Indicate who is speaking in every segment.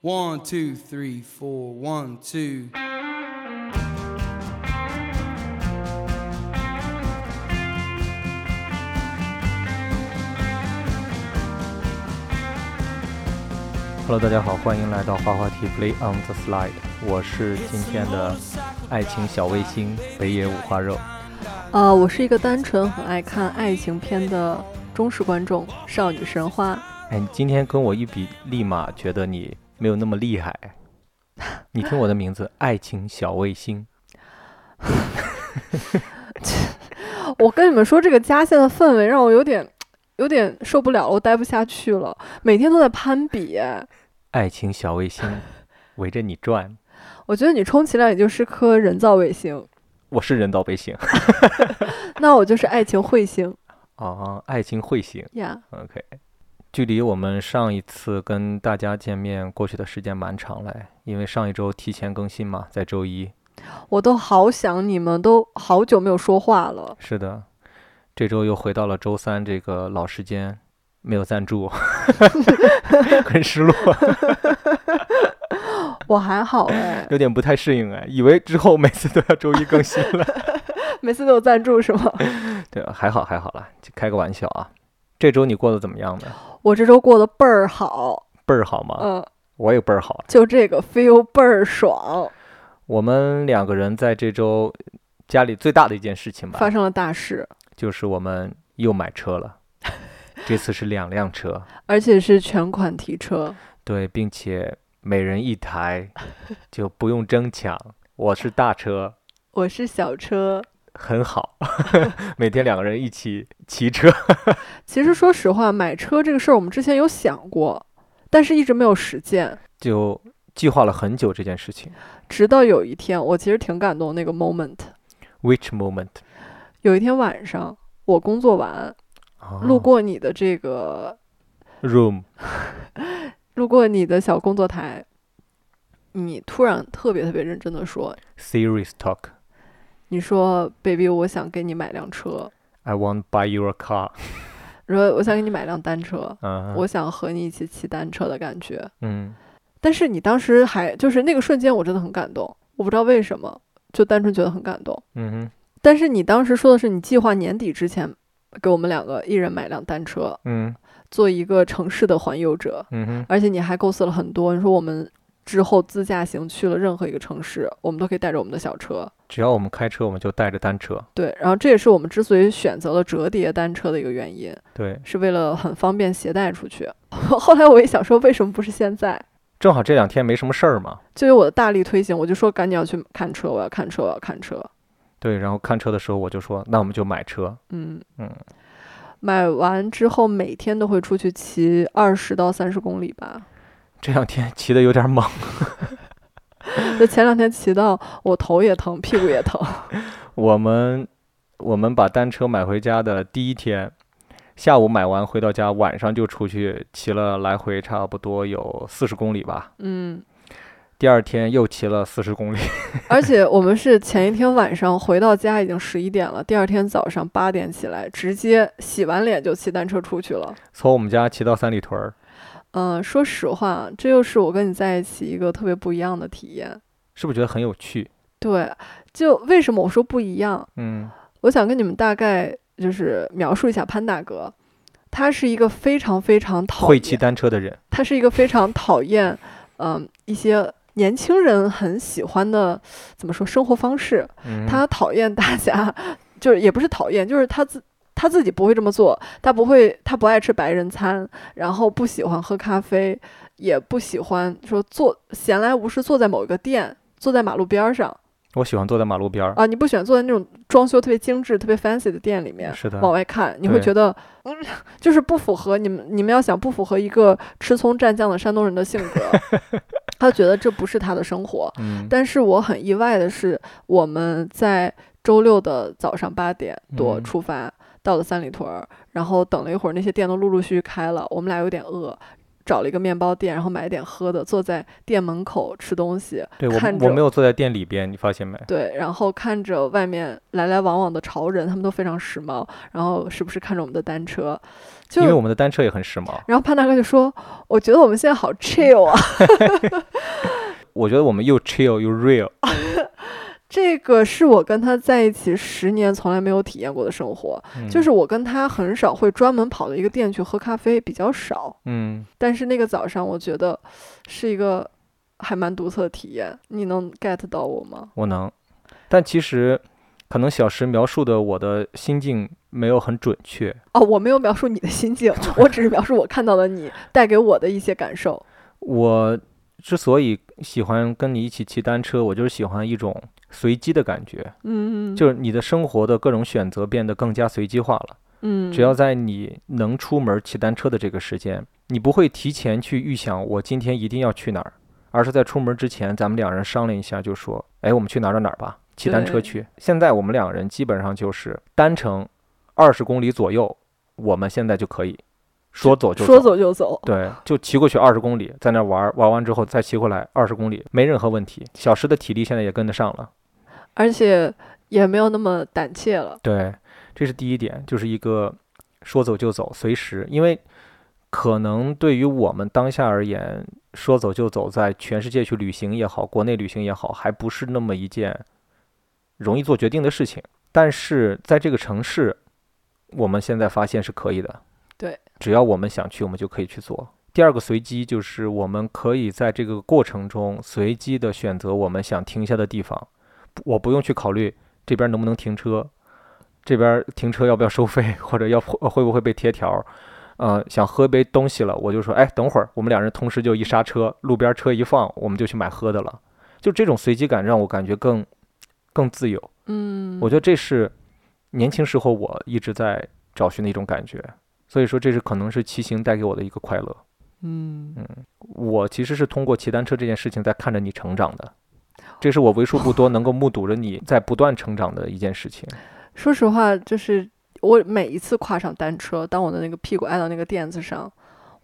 Speaker 1: One, two, three, four. One, two.
Speaker 2: ？Hello，大家好，欢迎来到滑滑梯 Play on the Slide，我是今天的爱情小卫星北野五花肉。
Speaker 3: 呃，我是一个单纯很爱看爱情片的忠实观众，少女神话。
Speaker 2: 哎，你今天跟我一比，立马觉得你没有那么厉害。 你听我的名字，爱情小卫星。
Speaker 3: 我跟你们说，这个家现在氛围让我有点，有点受不了了，我待不下去了，每天都在攀比。
Speaker 2: 爱情小卫星围着你转，
Speaker 3: 我觉得你充其量也就是颗人造卫星，
Speaker 2: 我是人造卫星
Speaker 3: 那我就是爱情彗星
Speaker 2: 哦，爱情彗星。
Speaker 3: 呀。
Speaker 2: OK，距离我们上一次跟大家见面过去的时间蛮长嘞，因为上一周提前更新嘛，在周一。
Speaker 3: 我都好想你们，都好久没有说话了。
Speaker 2: 是的，这周又回到了周三这个老时间，没有赞助， 很失落，，
Speaker 3: 我还好哎
Speaker 2: 有点不太适应哎，以为之后每次都要周一更新了。
Speaker 3: 每次都有赞助是吗？
Speaker 2: 对，还好还好啦，就开个玩笑啊。这周你过得怎么样呢？
Speaker 3: 我这周过得倍儿好，
Speaker 2: 倍儿好吗？
Speaker 3: 嗯、
Speaker 2: 我也倍儿好。
Speaker 3: 就这个 feel 倍儿爽。
Speaker 2: 我们两个人在这周家里最大的一件事情吧，
Speaker 3: 发生了大事，
Speaker 2: 就是我们又买车了，这次是两辆车，
Speaker 3: 而且是全款提车。
Speaker 2: 对，并且每人一台，就不用争抢。我是大车，
Speaker 3: 我是小车。
Speaker 2: 很好， 每天两个人一起骑车。
Speaker 3: 其实说实话，买车这个事儿我们之前有想过，但是一直没有实践。
Speaker 2: 就计划了很久这件事情。
Speaker 3: 直到有一天，我其实挺感动那个 moment。
Speaker 2: Which moment？
Speaker 3: 有一天晚上，我工作完，
Speaker 2: 哦
Speaker 3: 路过你的这个，
Speaker 2: room，
Speaker 3: 路过你的小工作台，你突然特别特别认真的说
Speaker 2: serious talk。：“
Speaker 3: 你说，baby，我想给你买辆车，
Speaker 2: I want to buy you a car。
Speaker 3: 我说我想给你买辆单车，
Speaker 2: 嗯，
Speaker 3: 我想和你一起骑单车的感觉。”
Speaker 2: 嗯，
Speaker 3: 但是你当时还就是那个瞬间，我真的很感动，我不知道为什么，就单纯觉得很感动。
Speaker 2: 嗯哼，
Speaker 3: 但是你当时说的是你计划年底之前给我们两个一人买辆单车，
Speaker 2: 嗯
Speaker 3: 做一个城市的环游者，
Speaker 2: 嗯哼，
Speaker 3: 而且你还构思了很多，你说我们之后自驾行去了任何一个城市，我们都可以带着我们的小车。
Speaker 2: 只要我们开车，我们就带着单车。
Speaker 3: 对，然后这也是我们之所以选择了折叠单车的一个原因，
Speaker 2: 对，
Speaker 3: 是为了很方便携带出去。 后来我也想说，为什么不是现在？
Speaker 2: 正好这两天没什么事儿嘛。
Speaker 3: 就有我的大力推行，我就说赶紧要去看车，我要看车，我要看车。
Speaker 2: 对，然后看车的时候我就说，那我们就买车。
Speaker 3: 嗯
Speaker 2: 嗯，
Speaker 3: 买完之后每天都会出去骑二十到三十公里吧。
Speaker 2: 这两天骑的有点猛，
Speaker 3: 就前两天骑到我头也疼，屁股也疼。
Speaker 2: 我们我们把单车买回家的第一天，下午买完回到家，晚上就出去骑了来回差不多有四十公里吧。
Speaker 3: 嗯，
Speaker 2: 第二天又骑了四十公里，
Speaker 3: 而且我们是前一天晚上回到家已经十一点了，第二天早上八点起来，直接洗完脸就骑单车出去了。
Speaker 2: 从我们家骑到三里屯儿，
Speaker 3: 嗯，说实话，这又是我跟你在一起一个特别不一样的体验。
Speaker 2: 是不是觉得很有趣？
Speaker 3: 对，就为什么我说不一样？
Speaker 2: 嗯
Speaker 3: 我想跟你们大概就是描述一下潘大哥，他是一个非常非常讨
Speaker 2: 会骑
Speaker 3: 厌，
Speaker 2: 单车的人，
Speaker 3: 他是一个非常讨厌，嗯、一些年轻人很喜欢的怎么说生活方式，
Speaker 2: 嗯，
Speaker 3: 他讨厌大家， 就是也不是讨厌，就是他自。他自己不会这么做，他不会，他不爱吃白人餐，然后不喜欢喝咖啡，也不喜欢说坐闲来无事坐在某一个店，坐在马路边儿上
Speaker 2: 我喜欢坐在马路边儿。
Speaker 3: 啊，你不喜欢坐在那种装修特别精致、特别 fancy 的店里面，
Speaker 2: 是的，
Speaker 3: 往外看，你会
Speaker 2: 对
Speaker 3: 觉得， 嗯，就是不符合你们，你们要想不符合一个吃葱蘸酱的山东人的性格， 他觉得这不是他的生活。
Speaker 2: 嗯，
Speaker 3: 但是我很意外的是，我们在周六的早上八点多
Speaker 2: 嗯
Speaker 3: 出发，到了三里屯儿，然后等了一会儿，那些店都陆陆续续开了，我们俩有点饿，找了一个面包店，然后买点喝的，坐在店门口吃东西，
Speaker 2: 对我
Speaker 3: 看
Speaker 2: 我
Speaker 3: 着
Speaker 2: 没有坐在店里边，你发现没？
Speaker 3: 对，然后看着外面来来往往的潮人，他们都非常时髦，然后时不时看着我们的单车，就
Speaker 2: 因为我们的单车也很时髦。
Speaker 3: 然后潘大哥就说：“我觉得我们现在好 chill 啊，
Speaker 2: 我觉得我们又 chill 又 real，
Speaker 3: 这个是我跟他在一起十年从来没有体验过的生活，
Speaker 2: 嗯
Speaker 3: 就是我跟他很少会专门跑到一个店去喝咖啡，比较少。
Speaker 2: 嗯，
Speaker 3: 但是那个早上，我觉得是一个还蛮独特的体验。你能 get 到我吗？
Speaker 2: 我能。但其实可能小石描述的我的心境没有很准确。
Speaker 3: 哦，我没有描述你的心境， 我只是描述我看到的你带给我的一些感受。
Speaker 2: 我之所以喜欢跟你一起骑单车，我就是喜欢一种随机的感觉，
Speaker 3: 嗯，
Speaker 2: 就是你的生活的各种选择变得更加随机化了。
Speaker 3: 嗯，
Speaker 2: 只要在你能出门骑单车的这个时间，你不会提前去预想我今天一定要去哪儿，而是在出门之前，咱们两人商量一下，就说，哎，我们去哪儿哪儿哪儿吧，骑单车
Speaker 3: 对
Speaker 2: 去。现在我们两人基本上就是单程二十公里左右，我们现在就可以说走就
Speaker 3: 说走就走。
Speaker 2: 对，就骑过去二十公里，在那玩儿玩完之后再骑回来二十公里，没任何问题。小石的体力现在也跟得上了。
Speaker 3: 而且也没有那么胆怯了。
Speaker 2: 对，这是第一点，就是一个说走就走，随时。因为可能对于我们当下而言，说走就走，在全世界去旅行也好，国内旅行也好，还不是那么一件容易做决定的事情。但是在这个城市，我们现在发现是可以的。
Speaker 3: 对，
Speaker 2: 只要我们想去，我们就可以去做。第二个随机就是我们可以在这个过程中随机的选择我们想停下的地方，不我不用去考虑这边能不能停车，这边停车要不要收费， 或者要会会不会被贴条儿。呃，想喝杯东西了，我就说，哎，等会儿，我们两人同时就一刹车，路边车一放，我们就去买喝的了。就这种随机感让我感觉更更自由。
Speaker 3: 嗯，
Speaker 2: 我觉得这是年轻时候我一直在找寻的一种感觉，所以说这是可能是骑行带给我的一个快乐。
Speaker 3: 嗯，
Speaker 2: 我其实是通过骑单车这件事情在看着你成长的，这是我为数不多能够目睹着你在不断成长的一件事情。
Speaker 3: 说实话，就是我每一次跨上单车，当我的那个屁股挨到那个垫子上，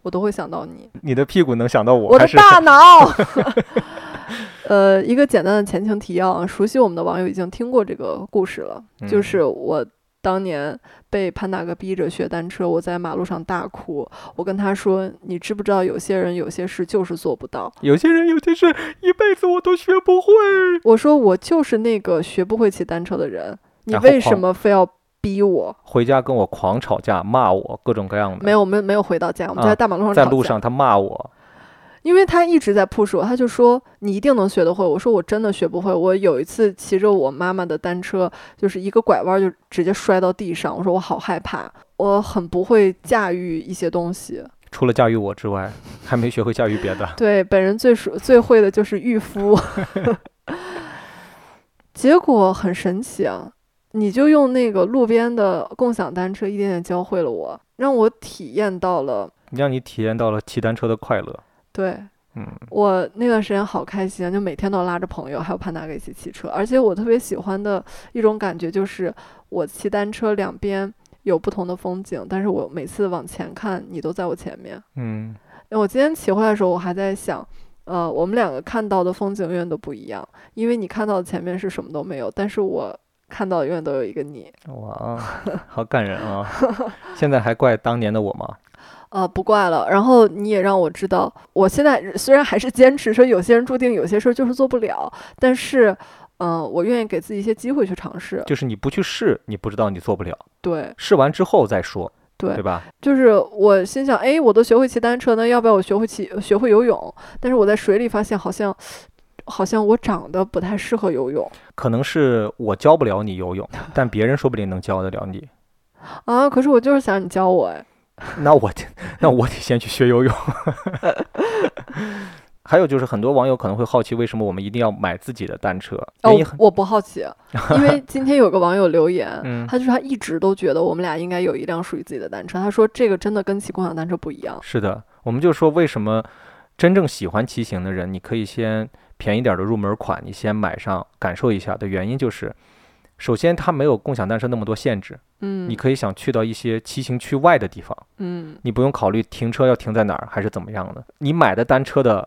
Speaker 3: 我都会想到你，
Speaker 2: 你的屁股能想到我，
Speaker 3: 我
Speaker 2: 还
Speaker 3: 的
Speaker 2: 是
Speaker 3: 大脑。 呃，一个简单的前情提要啊，熟悉我们的网友已经听过这个故事了，就
Speaker 2: 嗯
Speaker 3: 是我。当年被潘大哥逼着学单车，我在马路上大哭。我跟他说：“你知不知道，有些人有些事就是做不到。”
Speaker 2: 有些人，有些事一辈子我都学不会。
Speaker 3: 我说我就是那个学不会骑单车的人，你
Speaker 2: 然后
Speaker 3: 为什
Speaker 2: 狂
Speaker 3: 么非要逼我？
Speaker 2: 回家跟我狂吵架，骂我各种各样的。
Speaker 3: 没有，我们没有回到家，我们
Speaker 2: 嗯啊
Speaker 3: 在大马路上、
Speaker 2: 在路，上他骂我，
Speaker 3: 因为他一直在 push 我，他就说你一定能学得会。我说我真的学不会。我有一次骑着我妈妈的单车，就是一个拐弯就直接摔到地上，我说我好害怕，我很不会驾驭一些东西。
Speaker 2: 除了驾驭我之外，还没学会驾驭别的。
Speaker 3: 对，本人最熟最会的就是御夫。结果很神奇啊，你就用那个路边的共享单车一点点教会了我，让我体验到了。
Speaker 2: 让你体验到了骑单车的快乐。
Speaker 3: 对
Speaker 2: 嗯，
Speaker 3: 我那段时间好开心啊，就每天都拉着朋友还有潘大哥一起骑车，而且我特别喜欢的一种感觉就是我骑单车两边有不同的风景，但是我每次往前看，你都在我前面。
Speaker 2: 嗯，
Speaker 3: 我今天骑回来的时候，我还在想，呃，我们两个看到的风景永远都不一样，因为你看到的前面是什么都没有，但是我看到的永远都有一个你。
Speaker 2: 哇，好感人 啊！现在还怪当年的我吗？
Speaker 3: 呃，不怪了。然后你也让我知道，我现在虽然还是坚持说有些人注定有些事儿就是做不了，但是，嗯、我愿意给自己一些机会去尝试。
Speaker 2: 就是你不去试，你不知道你做不了，
Speaker 3: 对
Speaker 2: 试完之后再说，
Speaker 3: 对
Speaker 2: 对吧？
Speaker 3: 就是我心想，哎，我都学会骑单车呢，要不要我学会骑学会游泳？但是我在水里发现，好像好像我长得不太适合游泳。
Speaker 2: 可能是我教不了你游泳，但别人说不定能教得了你。
Speaker 3: 啊，可是我就是想让你教我哎。
Speaker 2: 那我得那我得先去学游泳。 还有就是，很多网友可能会好奇，为什么我们一定要买自己的单车？
Speaker 3: 哦
Speaker 2: 原哎因很，
Speaker 3: 我不 好奇，因为今天有个网友留言，
Speaker 2: 嗯
Speaker 3: 他就说他一直都觉得我们俩应该有一辆属于自己的单车。他说这个真的跟骑共享单车不一样。
Speaker 2: 是的，我们就说为什么真正喜欢骑行的人，你可以先便宜点儿的入门款，你先买上感受一下的原因就是，首先它没有共享单车那么多限制，
Speaker 3: 嗯，
Speaker 2: 你可以想去到一些骑行区外的地方，
Speaker 3: 嗯
Speaker 2: 你不用考虑停车要停在哪儿还是怎么样的。你买的单车的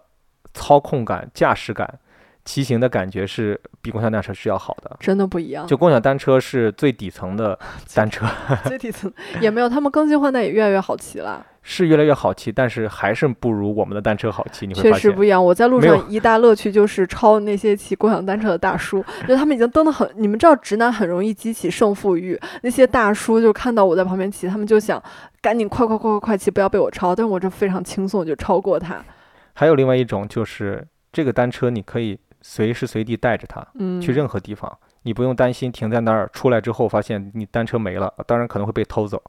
Speaker 2: 操控感、驾驶感、骑行的感觉是比共享单车是要好的。
Speaker 3: 真的不一样，
Speaker 2: 就共享单车是最底层 的单车，
Speaker 3: 最底层也没有，他们更新换代也越来越好骑了，
Speaker 2: 是越来越好骑，但是还是不如我们的单车好骑。你会
Speaker 3: 确
Speaker 2: 发
Speaker 3: 实
Speaker 2: 现，
Speaker 3: 不一样。我在路
Speaker 2: 没有
Speaker 3: 上一大乐趣就是超那些骑共享单车的大叔，就他们已经蹬得很，你们知道直男很容易激起胜负欲，那些大叔就看到我在旁边骑，他们就想赶紧快快快快快骑，不要被我超，但我这非常轻松就超过他，
Speaker 2: 还有另外一种就是这个单车你可以随时随地带着它，
Speaker 3: 嗯，
Speaker 2: 去任何地方，你不用担心停在那儿，出来之后发现你单车没了，当然可能会被偷走。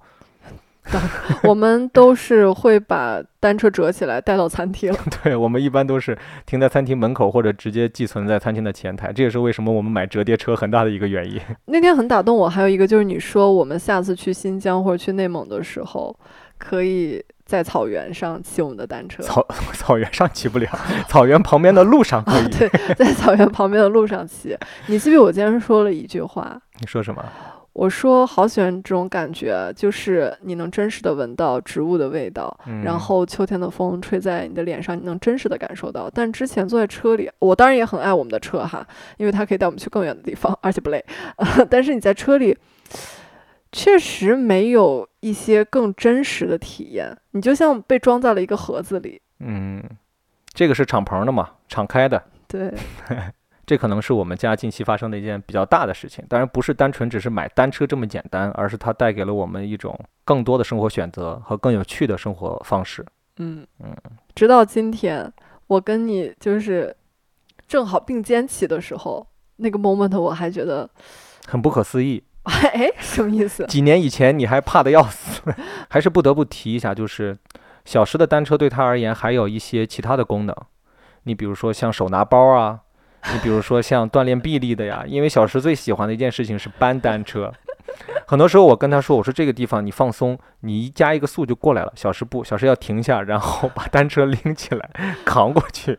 Speaker 3: 我们都是会把单车折起来带到餐厅，
Speaker 2: 对我们一般都是停在餐厅门口，或者直接寄存在餐厅的前台，这也是为什么我们买折叠车很大的一个原因。
Speaker 3: 那天很打动我，还有一个就是你说我们下次去新疆或者去内蒙的时候，可以在草原上骑我们的单车。
Speaker 2: 草 草原上骑不了，草原旁边的路上可以。
Speaker 3: 啊对， 在草原旁边的路上骑。你记不记得我今天说了一句话？
Speaker 2: 你说什么？
Speaker 3: 我说好喜欢这种感觉，就是你能真实的闻到植物的味道，
Speaker 2: 嗯、
Speaker 3: 然后秋天的风吹在你的脸上，你能真实的感受到。但之前坐在车里，我当然也很爱我们的车哈，因为它可以带我们去更远的地方，而且不累。 但是你在车里，确实没有一些更真实的体验，你就像被装在了一个盒子里。
Speaker 2: 嗯，这个是敞篷的嘛，敞开的。
Speaker 3: 对，
Speaker 2: 这可能是我们家近期发生的一件比较大的事情，当然不是单纯只是买单车这么简单，而是它带给了我们一种更多的生活选择和更有趣的生活方式。
Speaker 3: 嗯
Speaker 2: 嗯
Speaker 3: 直到今天，我跟你就是正好并肩骑的时候，那个 moment 我还觉得，
Speaker 2: 很不可思议。
Speaker 3: 哎，什么意 思？
Speaker 2: 几年以前你还怕得要死， 还是不得不提一下，就是小狮的单车对他而言还有一些其他的功能，你比如说像手拿包啊，你比如说像锻炼臂力的呀， 因为小石最喜欢的一件事情是搬单车。很多时候我跟他说，我说这个地方你放松，你一加一个速就过来了。小石不，小石要停下，然后把单车拎起来扛过去。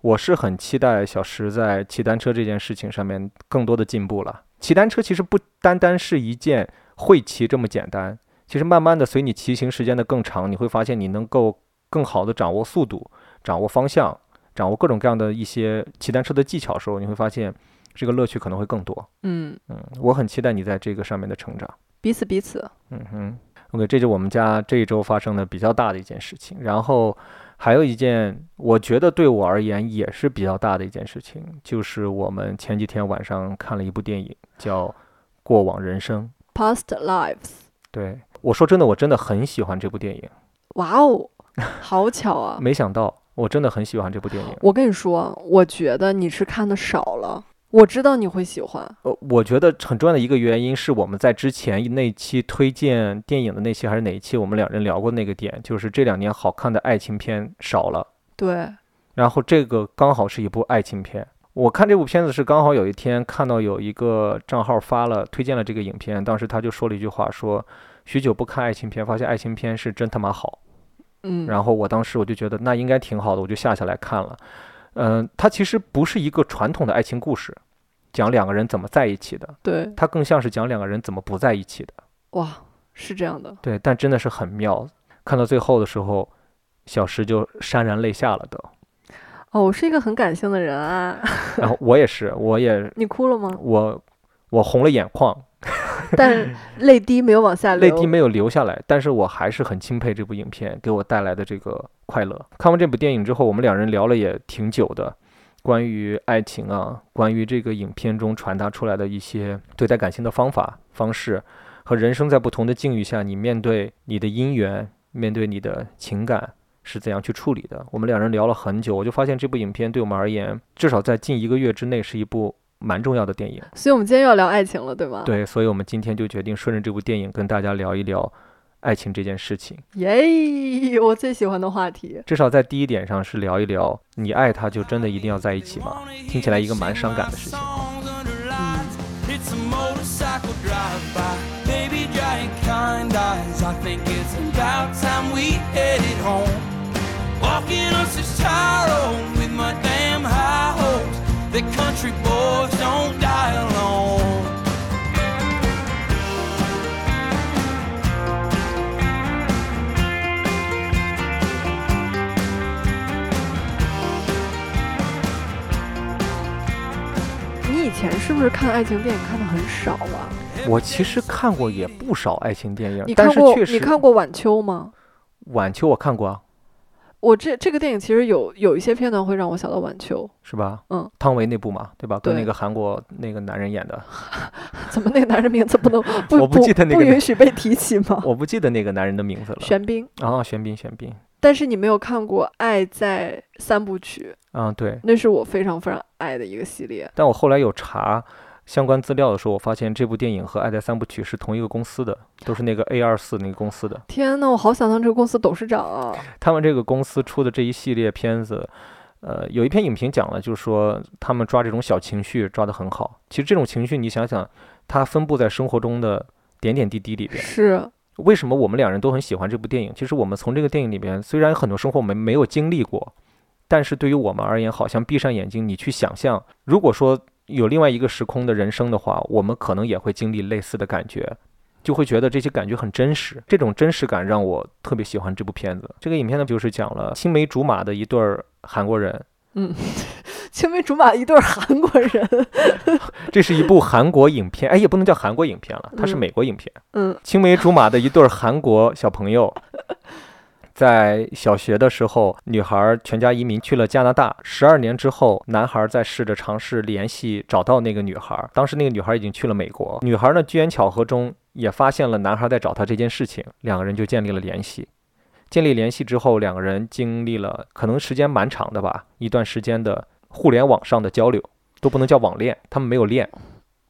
Speaker 2: 我是很期待小石在骑单车这件事情上面更多的进步了。骑单车其实不单单是一件会骑这么简单，其实慢慢的随你骑行时间的更长，你会发现你能够更好的掌握速度、掌握方向、掌握各种各样的一些骑单车的技巧的时候，你会发现这个乐趣可能会更多。
Speaker 3: 嗯，
Speaker 2: 嗯，我很期待你在这个上面的成长。
Speaker 3: 彼此彼此，
Speaker 2: 嗯哼，OK，这就我们家这一周发生的比较大的一件事情。然后还有一件，我觉得对我而言也是比较大的一件事情，就是我们前几天晚上看了一部电影，叫《过往人生》。
Speaker 3: past lives。
Speaker 2: 对我说真的，我真的很喜欢这部电影。
Speaker 3: 哇哦，好巧啊！
Speaker 2: 没想到，我真的很喜欢这部电影。
Speaker 3: 我跟你说，我觉得你是看的少了。我知道你会喜欢，
Speaker 2: 呃，我觉得很重要的一个原因是我们在之前那期推荐电影的那期还是哪一期，我们两人聊过那个点，就是这两年好看的爱情片少了。
Speaker 3: 对，
Speaker 2: 然后这个刚好是一部爱情片。我看这部片子是刚好有一天看到有一个账号发了推荐了这个影片，当时他就说了一句话说许久不看爱情片，发现爱情片是真他妈好。
Speaker 3: 嗯，
Speaker 2: 然后我当时我就觉得那应该挺好的，我就下下来看了。嗯、它其实不是一个传统的爱情故事，讲两个人怎么在一起的，
Speaker 3: 对，
Speaker 2: 它更像是讲两个人怎么不在一起的。
Speaker 3: 哇，是这样的，
Speaker 2: 对，但真的是很妙。看到最后的时候，小石就潸然泪下了都。
Speaker 3: 哦，我是一个很感性的人啊，
Speaker 2: 然后我也是，我也
Speaker 3: 你哭了吗？
Speaker 2: 我我红了眼眶，
Speaker 3: 但泪滴没有往下
Speaker 2: 泪
Speaker 3: 流，
Speaker 2: 滴没有流下来，但是我还是很钦佩这部影片给我带来的这个快乐。看完这部电影之后，我们两人聊了也挺久的，关于爱情啊，关于这个影片中传达出来的一些对待感情的方法、方式，和人生在不同的境遇下，你面对你的姻缘，面对你的情感。是怎样去处理的？我们两人聊了很久，我就发现这部影片对我们而言，至少在近一个月之内是一部蛮重要的电影。
Speaker 3: 所以我们今天又要聊爱情了，对 吗？，
Speaker 2: 对，所以我们今天就决定顺着这部电影跟大家聊一聊爱情这件事情。
Speaker 3: 耶，我最喜欢的话题，
Speaker 2: 至少在第一点上是聊一聊，你爱他就真的一定要在一起吗？听起来一个蛮伤感的事情。
Speaker 1: It's a motorcycle drive-by, baby giant kind eyes. I think it's about time we headed home. Walking on six tire road with my damn high hopes. The country boys don't die alone.
Speaker 3: 前是不是看爱情电影看的很少啊？
Speaker 2: 我其实看过也不少爱情电影
Speaker 3: 你，
Speaker 2: 但
Speaker 3: 看
Speaker 2: 是
Speaker 3: 过
Speaker 2: 确
Speaker 3: 你
Speaker 2: 实
Speaker 3: 看过《晚秋》吗？
Speaker 2: 晚秋我看过啊，
Speaker 3: 我这这个电影其实有有一些片段会让我想到《晚秋
Speaker 2: 是吧？
Speaker 3: 嗯，
Speaker 2: 汤唯那部嘛，对吧？跟那
Speaker 3: 对
Speaker 2: 个韩国那个男人演的，》，
Speaker 3: 怎么那个男人名字不能不
Speaker 2: 我不
Speaker 3: 不
Speaker 2: 记得那
Speaker 3: 不
Speaker 2: 个
Speaker 3: 允许被提起吗？
Speaker 2: 我不记得那个男人的名字了。
Speaker 3: 玄彬，
Speaker 2: 啊，玄彬，玄彬，
Speaker 3: 但是你没有看过《爱在三部曲》，
Speaker 2: 嗯，对。
Speaker 3: 那是我非常非常爱的一个系列。
Speaker 2: 但我后来有查相关资料的时候，我发现这部电影和《爱在三部曲》是同一个公司的，都是那个 A 二四那个公司的。
Speaker 3: 天呐，我好想当这个公司董事 长啊！
Speaker 2: 他们这个公司出的这一系列片子，呃，有一篇影评讲了，就是说他们抓这种小情绪抓得很好。其实这种情绪，你想想，它分布在生活中的点点滴滴里边。
Speaker 3: 是，
Speaker 2: 为什么我们两人都很喜欢这部电影？其实我们从这个电影里边，虽然很多生活我们没有经历过，但是对于我们而言，好像闭上眼睛，你去想象，如果说有另外一个时空的人生的话，我们可能也会经历类似的感觉，就会觉得这些感觉很真实。这种真实感让我特别喜欢这部片子。这个影片呢，就是讲了青梅竹马的一对儿韩国人，
Speaker 3: 青梅竹马一对儿韩国人，
Speaker 2: 这是一部韩国影片，哎，也不能叫韩国影片了，它是
Speaker 3: 嗯
Speaker 2: 美国影片。
Speaker 3: 嗯，
Speaker 2: 青梅竹马的一对儿韩国小朋友，在小学的时候，女孩儿全家移民去了加拿大。十二年之后，男孩儿在试着尝试联系找到那个女孩儿。当时那个女孩儿已经去了美国，女孩儿呢机缘巧合中也发现了男孩儿在找她这件事情，两个人就建立了联系。建立联系之后，两个人经历了可能时间蛮长的吧，一段时间的互联网上的交流，都不能叫网恋，他们没有恋，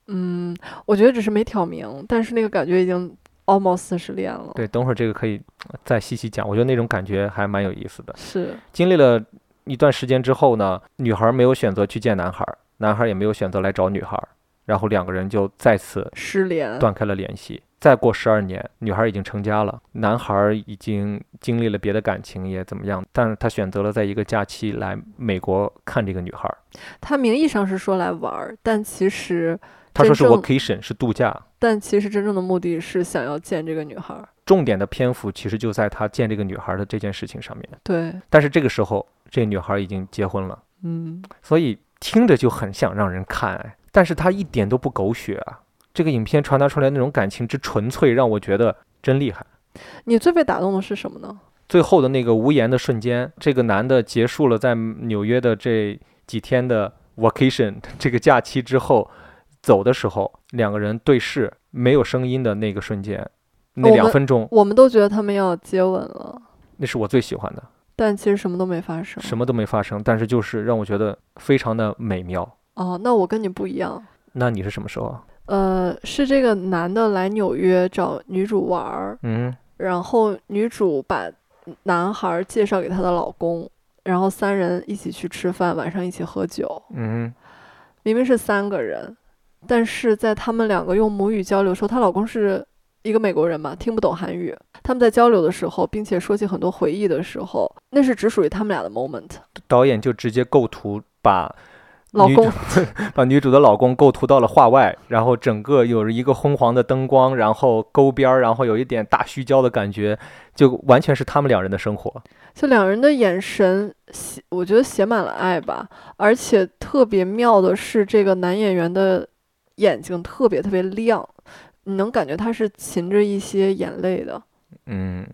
Speaker 3: 嗯，我觉得只是没挑明，但是那个感觉已经 almost 是恋了。
Speaker 2: 对，等会儿这个可以呃再细细讲，我觉得那种感觉还蛮有意思的。
Speaker 3: 是，
Speaker 2: 经历了一段时间之后呢，女孩没有选择去见男孩，男孩也没有选择来找女孩，然后两个人就再次
Speaker 3: 失联。
Speaker 2: 断开了联系。再过十二年，女孩已经成家了，男孩已经经历了别的感情，也怎么样？但是他选择了在一个假期来美国看这个女孩。
Speaker 3: 他名义上是说来玩儿，但其实，
Speaker 2: 他说是
Speaker 3: 真正
Speaker 2: vacation，是度假。
Speaker 3: 但其实真正的目的是想要见这个女孩儿。
Speaker 2: 重点的篇幅其实就在他见这个女孩的这件事情上面。
Speaker 3: 对，
Speaker 2: 但是这个时候，这女孩已经结婚了。
Speaker 3: 嗯，
Speaker 2: 所以听着就很想让人看，哎，但是它一点都不狗血啊！这个影片传达出来那种感情之纯粹，让我觉得真厉害。
Speaker 3: 你最被打动的是什么呢？
Speaker 2: 最后的那个无言的瞬间，这个男的结束了在纽约的这几天的 vacation 这个假期之后，走的时候，两个人对视，没有声音的那个瞬间，那
Speaker 3: 我
Speaker 2: 两
Speaker 3: 们
Speaker 2: 分钟，
Speaker 3: 我们都觉得他们要接吻了，
Speaker 2: 那是我最喜欢的，
Speaker 3: 但其实什么都没发生。
Speaker 2: 什么都没发生，但是就是让我觉得非常的美妙。
Speaker 3: 哦，那我跟你不一样。
Speaker 2: 那你是什么时候啊？
Speaker 3: 呃，是这个男的来纽约找女主玩儿，
Speaker 2: 嗯，
Speaker 3: 然后女主把男孩儿介绍给她的老公，然后三人一起去吃饭，晚上一起喝酒。
Speaker 2: 嗯
Speaker 3: 明明是三个人，但是在他们两个用母语交流的时候，她老公是一个美国人嘛，听不懂韩语。他们在交流的时候，并且说起很多回忆的时候，那是只属于他们俩的 moment。
Speaker 2: 导演就直接构图把
Speaker 3: 老
Speaker 2: 女
Speaker 3: 公
Speaker 2: 主把女主的老公构图到了画外，然后整个有一个昏黄的灯光，然后沟边儿，然后有一点大虚焦的感觉，就完全是他们两人的生活。
Speaker 3: 就两人的眼神写，我觉得写满了爱吧。而且特别妙的是，这个男演员的眼睛特别特别亮，你能感觉他是噙着一些眼泪的。
Speaker 2: 嗯，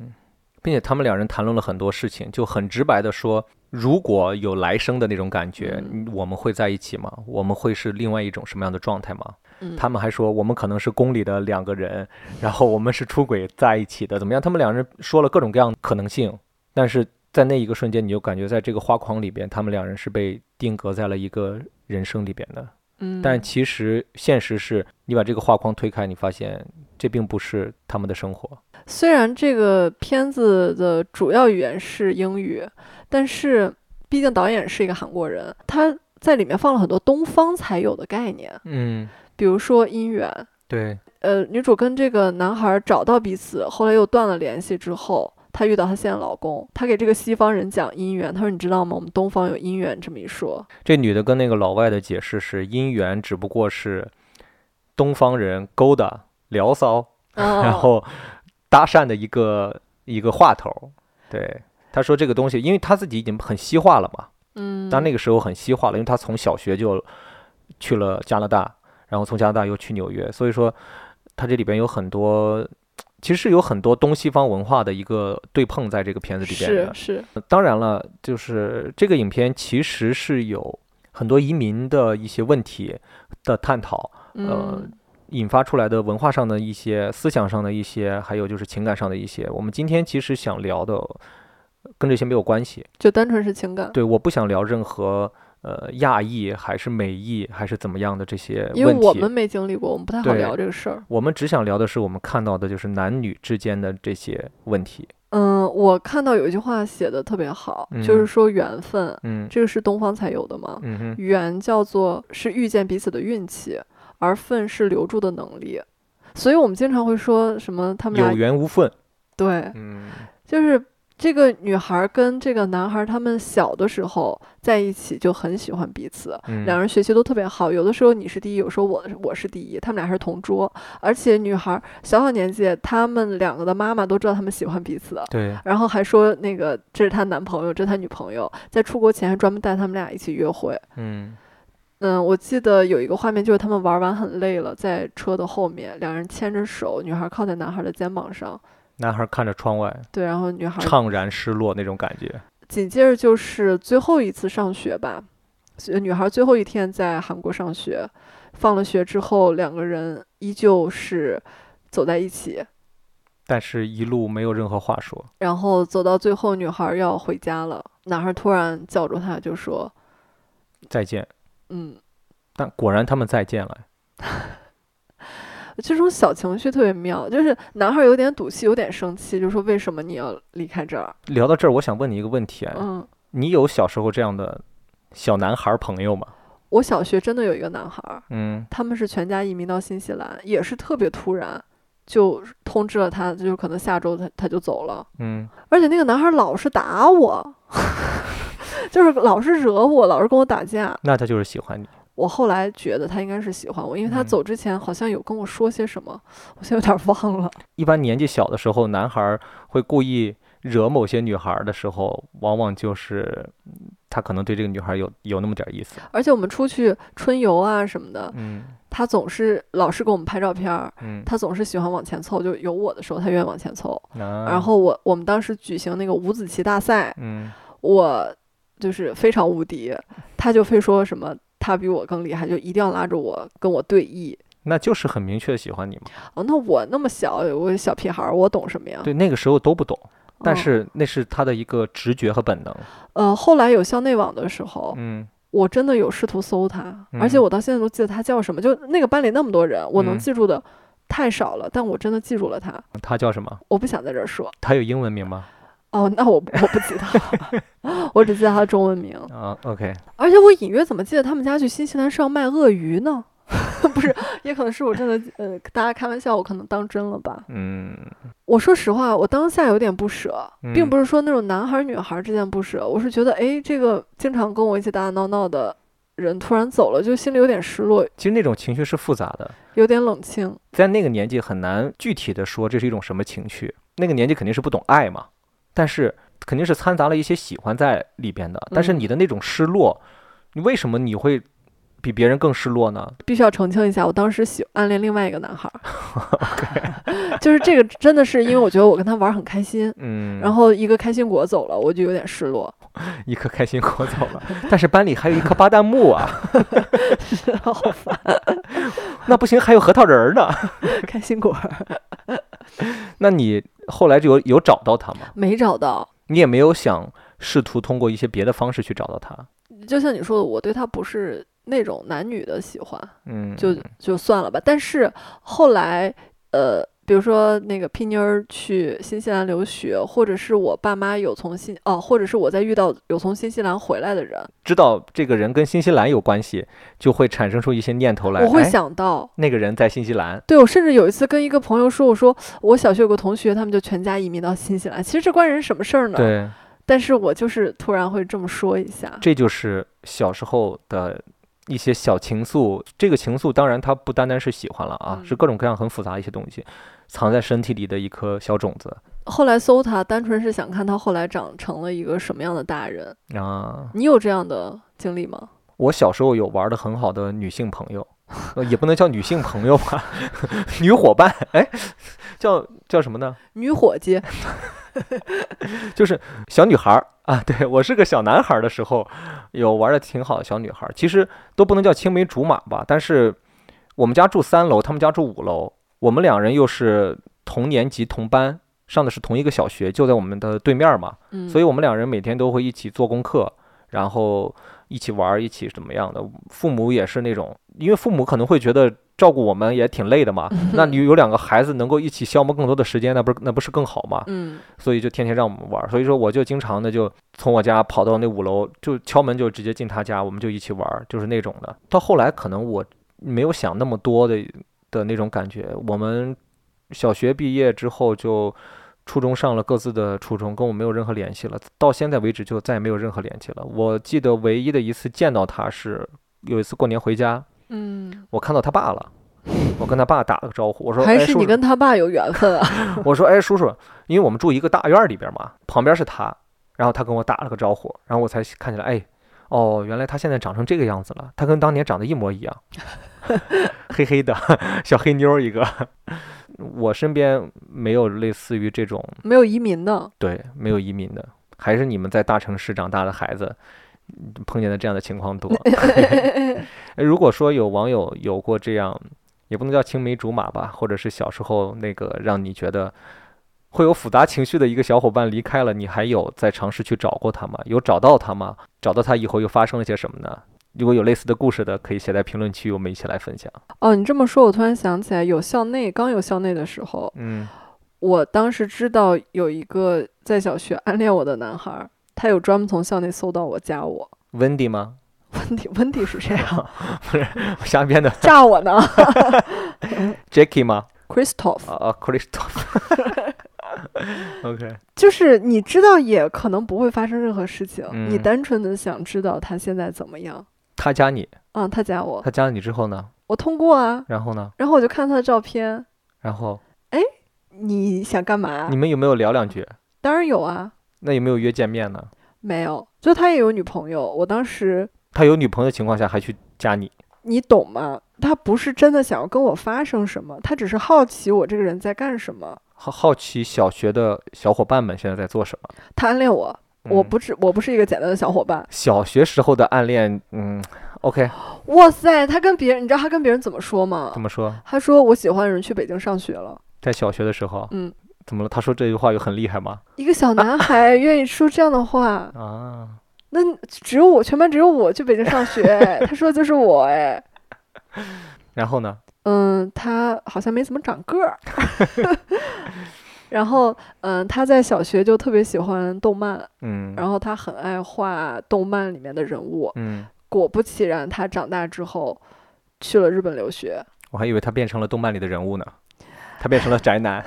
Speaker 2: 并且他们两人谈论了很多事情，就很直白的说，如果有来生的那种感觉，
Speaker 3: 嗯
Speaker 2: 你我们会在一起吗？我们会是另外一种什么样的状态吗？
Speaker 3: 嗯，
Speaker 2: 他们还说我们可能是宫里的两个人， 然后我们是出轨在一起的，怎么样？他们两人说了各种各样的可能性，但是在那一个瞬间，你就感觉在这个画框里边，他们两人是被定格在了一个人生里边的。
Speaker 3: 嗯，
Speaker 2: 但其实现实是你把这个画框推开，你发现这并不是他们的生活。
Speaker 3: 虽然这个片子的主要语言是英语，但是毕竟导演是一个韩国人，他在里面放了很多东方才有的概念，
Speaker 2: 嗯，
Speaker 3: 比如说姻缘。
Speaker 2: 对，
Speaker 3: 呃，女主跟这个男孩找到彼此，后来又断了联系之后，她遇到她现在老公，她给这个西方人讲姻缘，她说你知道吗？我们东方有姻缘这么 一说。
Speaker 2: 这女的跟那个老外的解释是姻缘只不过是东方人勾搭聊骚。
Speaker 3: 哦
Speaker 2: 然后搭讪的一个一个话头儿。对，他说这个东西，因为他自己已经很西化了嘛，
Speaker 3: 嗯，
Speaker 2: 但那个时候很西化了，因为他从小学就去了加拿大，然后从加拿大又去纽约，所以说它这里边有很多，其实是有很多东西方文化的一个对碰在这个片子里边
Speaker 3: 是
Speaker 2: 的。
Speaker 3: 是，
Speaker 2: 当然了，就是这个影片其实是有很多移民的一些问题的探讨，呃
Speaker 3: 嗯，
Speaker 2: 引发出来的文化上的一些、思想上的一些，还有就是情感上的一些。我们今天其实想聊的跟这些没有关系。
Speaker 3: 就单纯是情感，
Speaker 2: 对，我不想聊任何呃亚裔还是美裔还是怎么样的这些问题。
Speaker 3: 因为我们没经历过，我们不太好
Speaker 2: 对
Speaker 3: 聊这个事儿。
Speaker 2: 我们只想聊的是我们看到的，就是男女之间的这些问题。
Speaker 3: 嗯，我看到有一句话写的特别好，就是
Speaker 2: 嗯
Speaker 3: 说缘分，
Speaker 2: 嗯
Speaker 3: 这个是东方才有的吗？
Speaker 2: 嗯哼，
Speaker 3: 缘叫做是遇见彼此的运气，而分是留住的能力。所以我们经常会说什么他们
Speaker 2: 有
Speaker 3: 俩
Speaker 2: 缘无分。
Speaker 3: 对，
Speaker 2: 嗯
Speaker 3: 就是这个女孩跟这个男孩他们小的时候在一起就很喜欢彼此，
Speaker 2: 嗯，
Speaker 3: 两人学习都特别好，有的时候你是第一，有时候我我是第一，他们俩是同桌，而且女孩小小年纪，他们两个的妈妈都知道他们喜欢彼此，
Speaker 2: 对，
Speaker 3: 然后还说那个这是她男朋友，这是她女朋友，在出国前还专门带他们俩一起约会。
Speaker 2: 嗯
Speaker 3: 嗯，我记得有一个画面，就是他们玩完很累了，在车的后面，两人牵着手，女孩靠在男孩的肩膀上，
Speaker 2: 男孩看着窗外，
Speaker 3: 对，然后女孩
Speaker 2: 怅然失落那种感觉。
Speaker 3: 紧接着就是最后一次上学吧，所以女孩最后一天在韩国上学，放了学之后，两个人依旧是走在一起，
Speaker 2: 但是，一路没有任何话说。
Speaker 3: 然后走到最后，女孩要回家了，男孩突然叫住她，就说
Speaker 2: 再见。：“
Speaker 3: 嗯，
Speaker 2: 但果然他们再见了。
Speaker 3: 这种小情绪特别妙，就是男孩有点赌气，有点生气，就说为什么你要离开这儿？
Speaker 2: 聊到这儿，我想问你一个问题啊，
Speaker 3: 嗯，
Speaker 2: 你有小时候这样的小男孩朋友吗？
Speaker 3: 我小学真的有一个男孩儿，
Speaker 2: 嗯
Speaker 3: 他们是全家移民到新西兰，也是特别突然，就通知了他，就是可能下周他他就走了。
Speaker 2: 嗯
Speaker 3: 而且那个男孩老是打我， 就是老是惹我，老是跟我打架。
Speaker 2: 那他就是喜欢你。
Speaker 3: 我后来觉得他应该是喜欢我，因为他
Speaker 2: 嗯
Speaker 3: 走之前好像有跟我说些什么，我现在有点忘了。
Speaker 2: 一般年纪小的时候，男孩儿会故意惹某些女孩儿的时候，往往就是嗯他可能对这个女孩儿有有那么点儿意思。
Speaker 3: 而且我们出去春游啊什么的，
Speaker 2: 嗯
Speaker 3: 他总是老是给我们拍照片儿，
Speaker 2: 嗯，
Speaker 3: 他总是喜欢往前凑，就有我的时候他愿意往前凑。
Speaker 2: 然
Speaker 3: 然后我我们当时举行那个五子棋大赛，
Speaker 2: 嗯
Speaker 3: 我就是非常无敌，他就非说什么他比我更厉害，就一定要拉着我跟我对弈。
Speaker 2: 那就是很明确的喜欢你嘛。
Speaker 3: 哦，那我那么小，我小屁孩儿，我懂什么呀？
Speaker 2: 对，那个时候都不懂，但
Speaker 3: 嗯
Speaker 2: 是那是他的一个直觉和本能。
Speaker 3: 呃，后来有校内网的时候，
Speaker 2: 嗯
Speaker 3: 我真的有试图搜他，而且
Speaker 2: 嗯
Speaker 3: 我到现在都记得他叫什么。就那个班里那么多人，我能
Speaker 2: 嗯
Speaker 3: 记住的太少了，但我真的记住了他。
Speaker 2: 他叫什么？
Speaker 3: 我不想在这儿说。
Speaker 2: 他有英文名吗？
Speaker 3: 哦，那我不我不记得了， 我只记得他的中 文名。
Speaker 2: 啊，OK，
Speaker 3: 而且我隐约怎么记得他们家去新西兰是要卖鳄鱼呢？ 不是，也可能是我真的呃，大家开玩笑，我可能当真了吧。
Speaker 2: 嗯
Speaker 3: 我说实话，我当下有点不舍，并
Speaker 2: 嗯
Speaker 3: 不是说那种男孩儿女孩儿之间不舍，我是觉得，哎，这个经常跟我一起打打闹闹的人突然走了，就心里有点失落，
Speaker 2: 其实那种情绪是复杂的，
Speaker 3: 有点冷清。
Speaker 2: 在那个年纪很难具体的说这是一种什么情绪。那个年纪肯定是不懂爱嘛，但是肯定是掺杂了一些喜欢在里边的。但是
Speaker 3: 嗯
Speaker 2: 你的那种失落，你为什么你会比别人更失落呢？
Speaker 3: 必须要澄清一下，我当时喜暗恋另外一个男孩儿， 就是这个真的是因为我觉得我跟他玩儿很开心，
Speaker 2: 嗯，
Speaker 3: 然后一个开心果走了，我就有点失落。
Speaker 2: 一颗开心果走了，但是班里还有一颗巴旦木啊，
Speaker 3: 好烦，
Speaker 2: 那不行，还有核桃仁儿呢。
Speaker 3: 开心果儿
Speaker 2: 那你后来就有有找到他吗？
Speaker 3: 没找到。
Speaker 2: 你也没有想试图通过一些别的方式去找到他。
Speaker 3: 就像你说的，我对他不是那种男女的喜欢，
Speaker 2: 嗯，
Speaker 3: 就就算了吧。但是后来，呃，比如说那个屁妞儿去新西兰留学，或者是我爸妈有从新哦，或者是我在遇到有从新西兰回来的人，
Speaker 2: 知道这个人跟新西兰有关系，就会产生出一些念头来。
Speaker 3: 我会
Speaker 2: 哎
Speaker 3: 想到。
Speaker 2: 那个人在新西兰，
Speaker 3: 对，我甚至有一次跟一个朋友说，我说我小学有个同学，他们就全家移民到新西兰。其实这关人什么事儿呢？。
Speaker 2: 对，
Speaker 3: 但是我就是突然会这么说一下。
Speaker 2: 这就是小时候的一些小情愫。这个情愫当然它不单单是喜欢了啊，是
Speaker 3: 嗯
Speaker 2: 各种各样很复杂的一些东西，藏在身体里的一颗小种子
Speaker 3: 后来搜他，单纯是想看他后来长成了一个什么样的大人。
Speaker 2: 啊。
Speaker 3: 你有这样的经历吗？
Speaker 2: 我小时候有玩的很好的女性朋友， 呃也不能叫女性朋友吧， 女伙伴，哎，叫叫什么呢？
Speaker 3: 女 伙计，
Speaker 2: 就是小女孩儿啊，对我是个小男孩儿的时候，有玩的挺好的小女孩儿，其实都不能叫青梅竹马吧，但是我们家住三楼，他们家住五楼，我们两人又是同年级同班，上的是同一个小学，就在我们的对面儿嘛，
Speaker 3: 嗯，
Speaker 2: 所以我们两人每天都会一起做功课，然后一起玩儿，一起怎么样的。父母也是那种，因为父母可能会觉得照顾我们也挺累的嘛，那你有两个孩子能够一起消磨更多的时间，那不是那不是更好吗？
Speaker 3: 嗯
Speaker 2: 所以就天天让我们玩儿。所以说，我就经常的就从我家跑到那五楼，就敲门就直接进他家，我们就一起玩儿，就是那种的。到后来可能我没有想那么多的的那种感觉。我们小学毕业之后就初中上了各自的初中，跟我没有任何联系了。到现在为止就再也没有任何联系了。我记得唯一的一次见到他是有一次过年回家，
Speaker 3: 嗯，
Speaker 2: 我看到他爸了。我跟他爸打了个招呼，我说：“
Speaker 3: 还
Speaker 2: 哎
Speaker 3: 是
Speaker 2: 叔
Speaker 3: 你
Speaker 2: 叔
Speaker 3: 跟他爸有缘分啊？
Speaker 2: 我说：“哎，叔叔，因为我们住一个大院儿里边嘛，旁边是他。”然后他跟我打了个招呼，然后我才看起来，哎，哦，原来他现在长成这个样子了，他跟当年长得一模一样， 黑黑的 小黑妞儿一个。 我身边没有类似于这种
Speaker 3: 没有移民的，
Speaker 2: 对没有移民的，还是你们在大城市长大的孩子嗯碰见的这样的情况多。 哎如果说有网友有过这样，也不能叫青梅竹马吧，或者是小时候那个让你觉得会有复杂情绪的一个小伙伴离开了，你还有在尝试去找过他吗？有找到他吗？找到他以后又发生了些什么呢？如果有类似的故事的，可以写在评论区，我们一起来分享。
Speaker 3: 哦，你这么说，我突然想起来，有校内刚有校内的时候，
Speaker 2: 嗯，
Speaker 3: 我当时知道有一个在小学暗恋我的男孩儿，他有专门从校内搜到我加我。
Speaker 2: 温迪吗？
Speaker 3: 温迪，温迪是谁啊？
Speaker 2: 我瞎编的
Speaker 3: 炸我呢
Speaker 2: ，Jacky 吗？
Speaker 3: ，Christoph。
Speaker 2: 啊啊，Christoph。OK，
Speaker 3: 就是你知道，也可能不会发生任何事情，你
Speaker 2: 嗯
Speaker 3: 单纯的想知道他现在怎么样。
Speaker 2: 他加你，
Speaker 3: 啊、他加我，
Speaker 2: 他加了你之后呢？
Speaker 3: 我通过啊，
Speaker 2: 然后呢？
Speaker 3: 然后我就看他的照片。
Speaker 2: 然后
Speaker 3: 你想干嘛啊
Speaker 2: 你？们有没有聊两句？
Speaker 3: 当然有啊，
Speaker 2: 那有没有约见面呢？
Speaker 3: 没有，就他也有女朋友。我当时
Speaker 2: 他有女朋友的情况下还去加你，
Speaker 3: 你懂吗？他不是真的想要跟我发生什么，他只是好奇我这个人在干什么。
Speaker 2: 好好奇小学的小伙伴们现在在做什么？
Speaker 3: 他暗恋我，我
Speaker 2: 嗯
Speaker 3: 不是我不是一个简单的小伙伴。
Speaker 2: 小学时候的暗恋，嗯，OK，
Speaker 3: 哇塞，他跟别人，你知道他跟别人怎么说吗
Speaker 2: 怎？么说？
Speaker 3: 他说我喜欢的人去北京上学了。
Speaker 2: 在小学的时候，
Speaker 3: 嗯，
Speaker 2: 怎么了？他说这句话有很厉害吗？
Speaker 3: 一个小 男孩愿意说这样的话，嗯
Speaker 2: 啊，
Speaker 3: 那只有我，全班只有我去北京上学哎。他说的就是我哎，
Speaker 2: 然后呢？
Speaker 3: 嗯，他好像没怎么长个儿。 然后，嗯，他在小学就特别喜欢动漫，
Speaker 2: 嗯，
Speaker 3: 然后他很爱画动漫里面的人物。
Speaker 2: 嗯，
Speaker 3: 果不其然，他长大之后去了日本留学。
Speaker 2: 我还以为他变成了动漫里的人物呢，他变成了宅 男，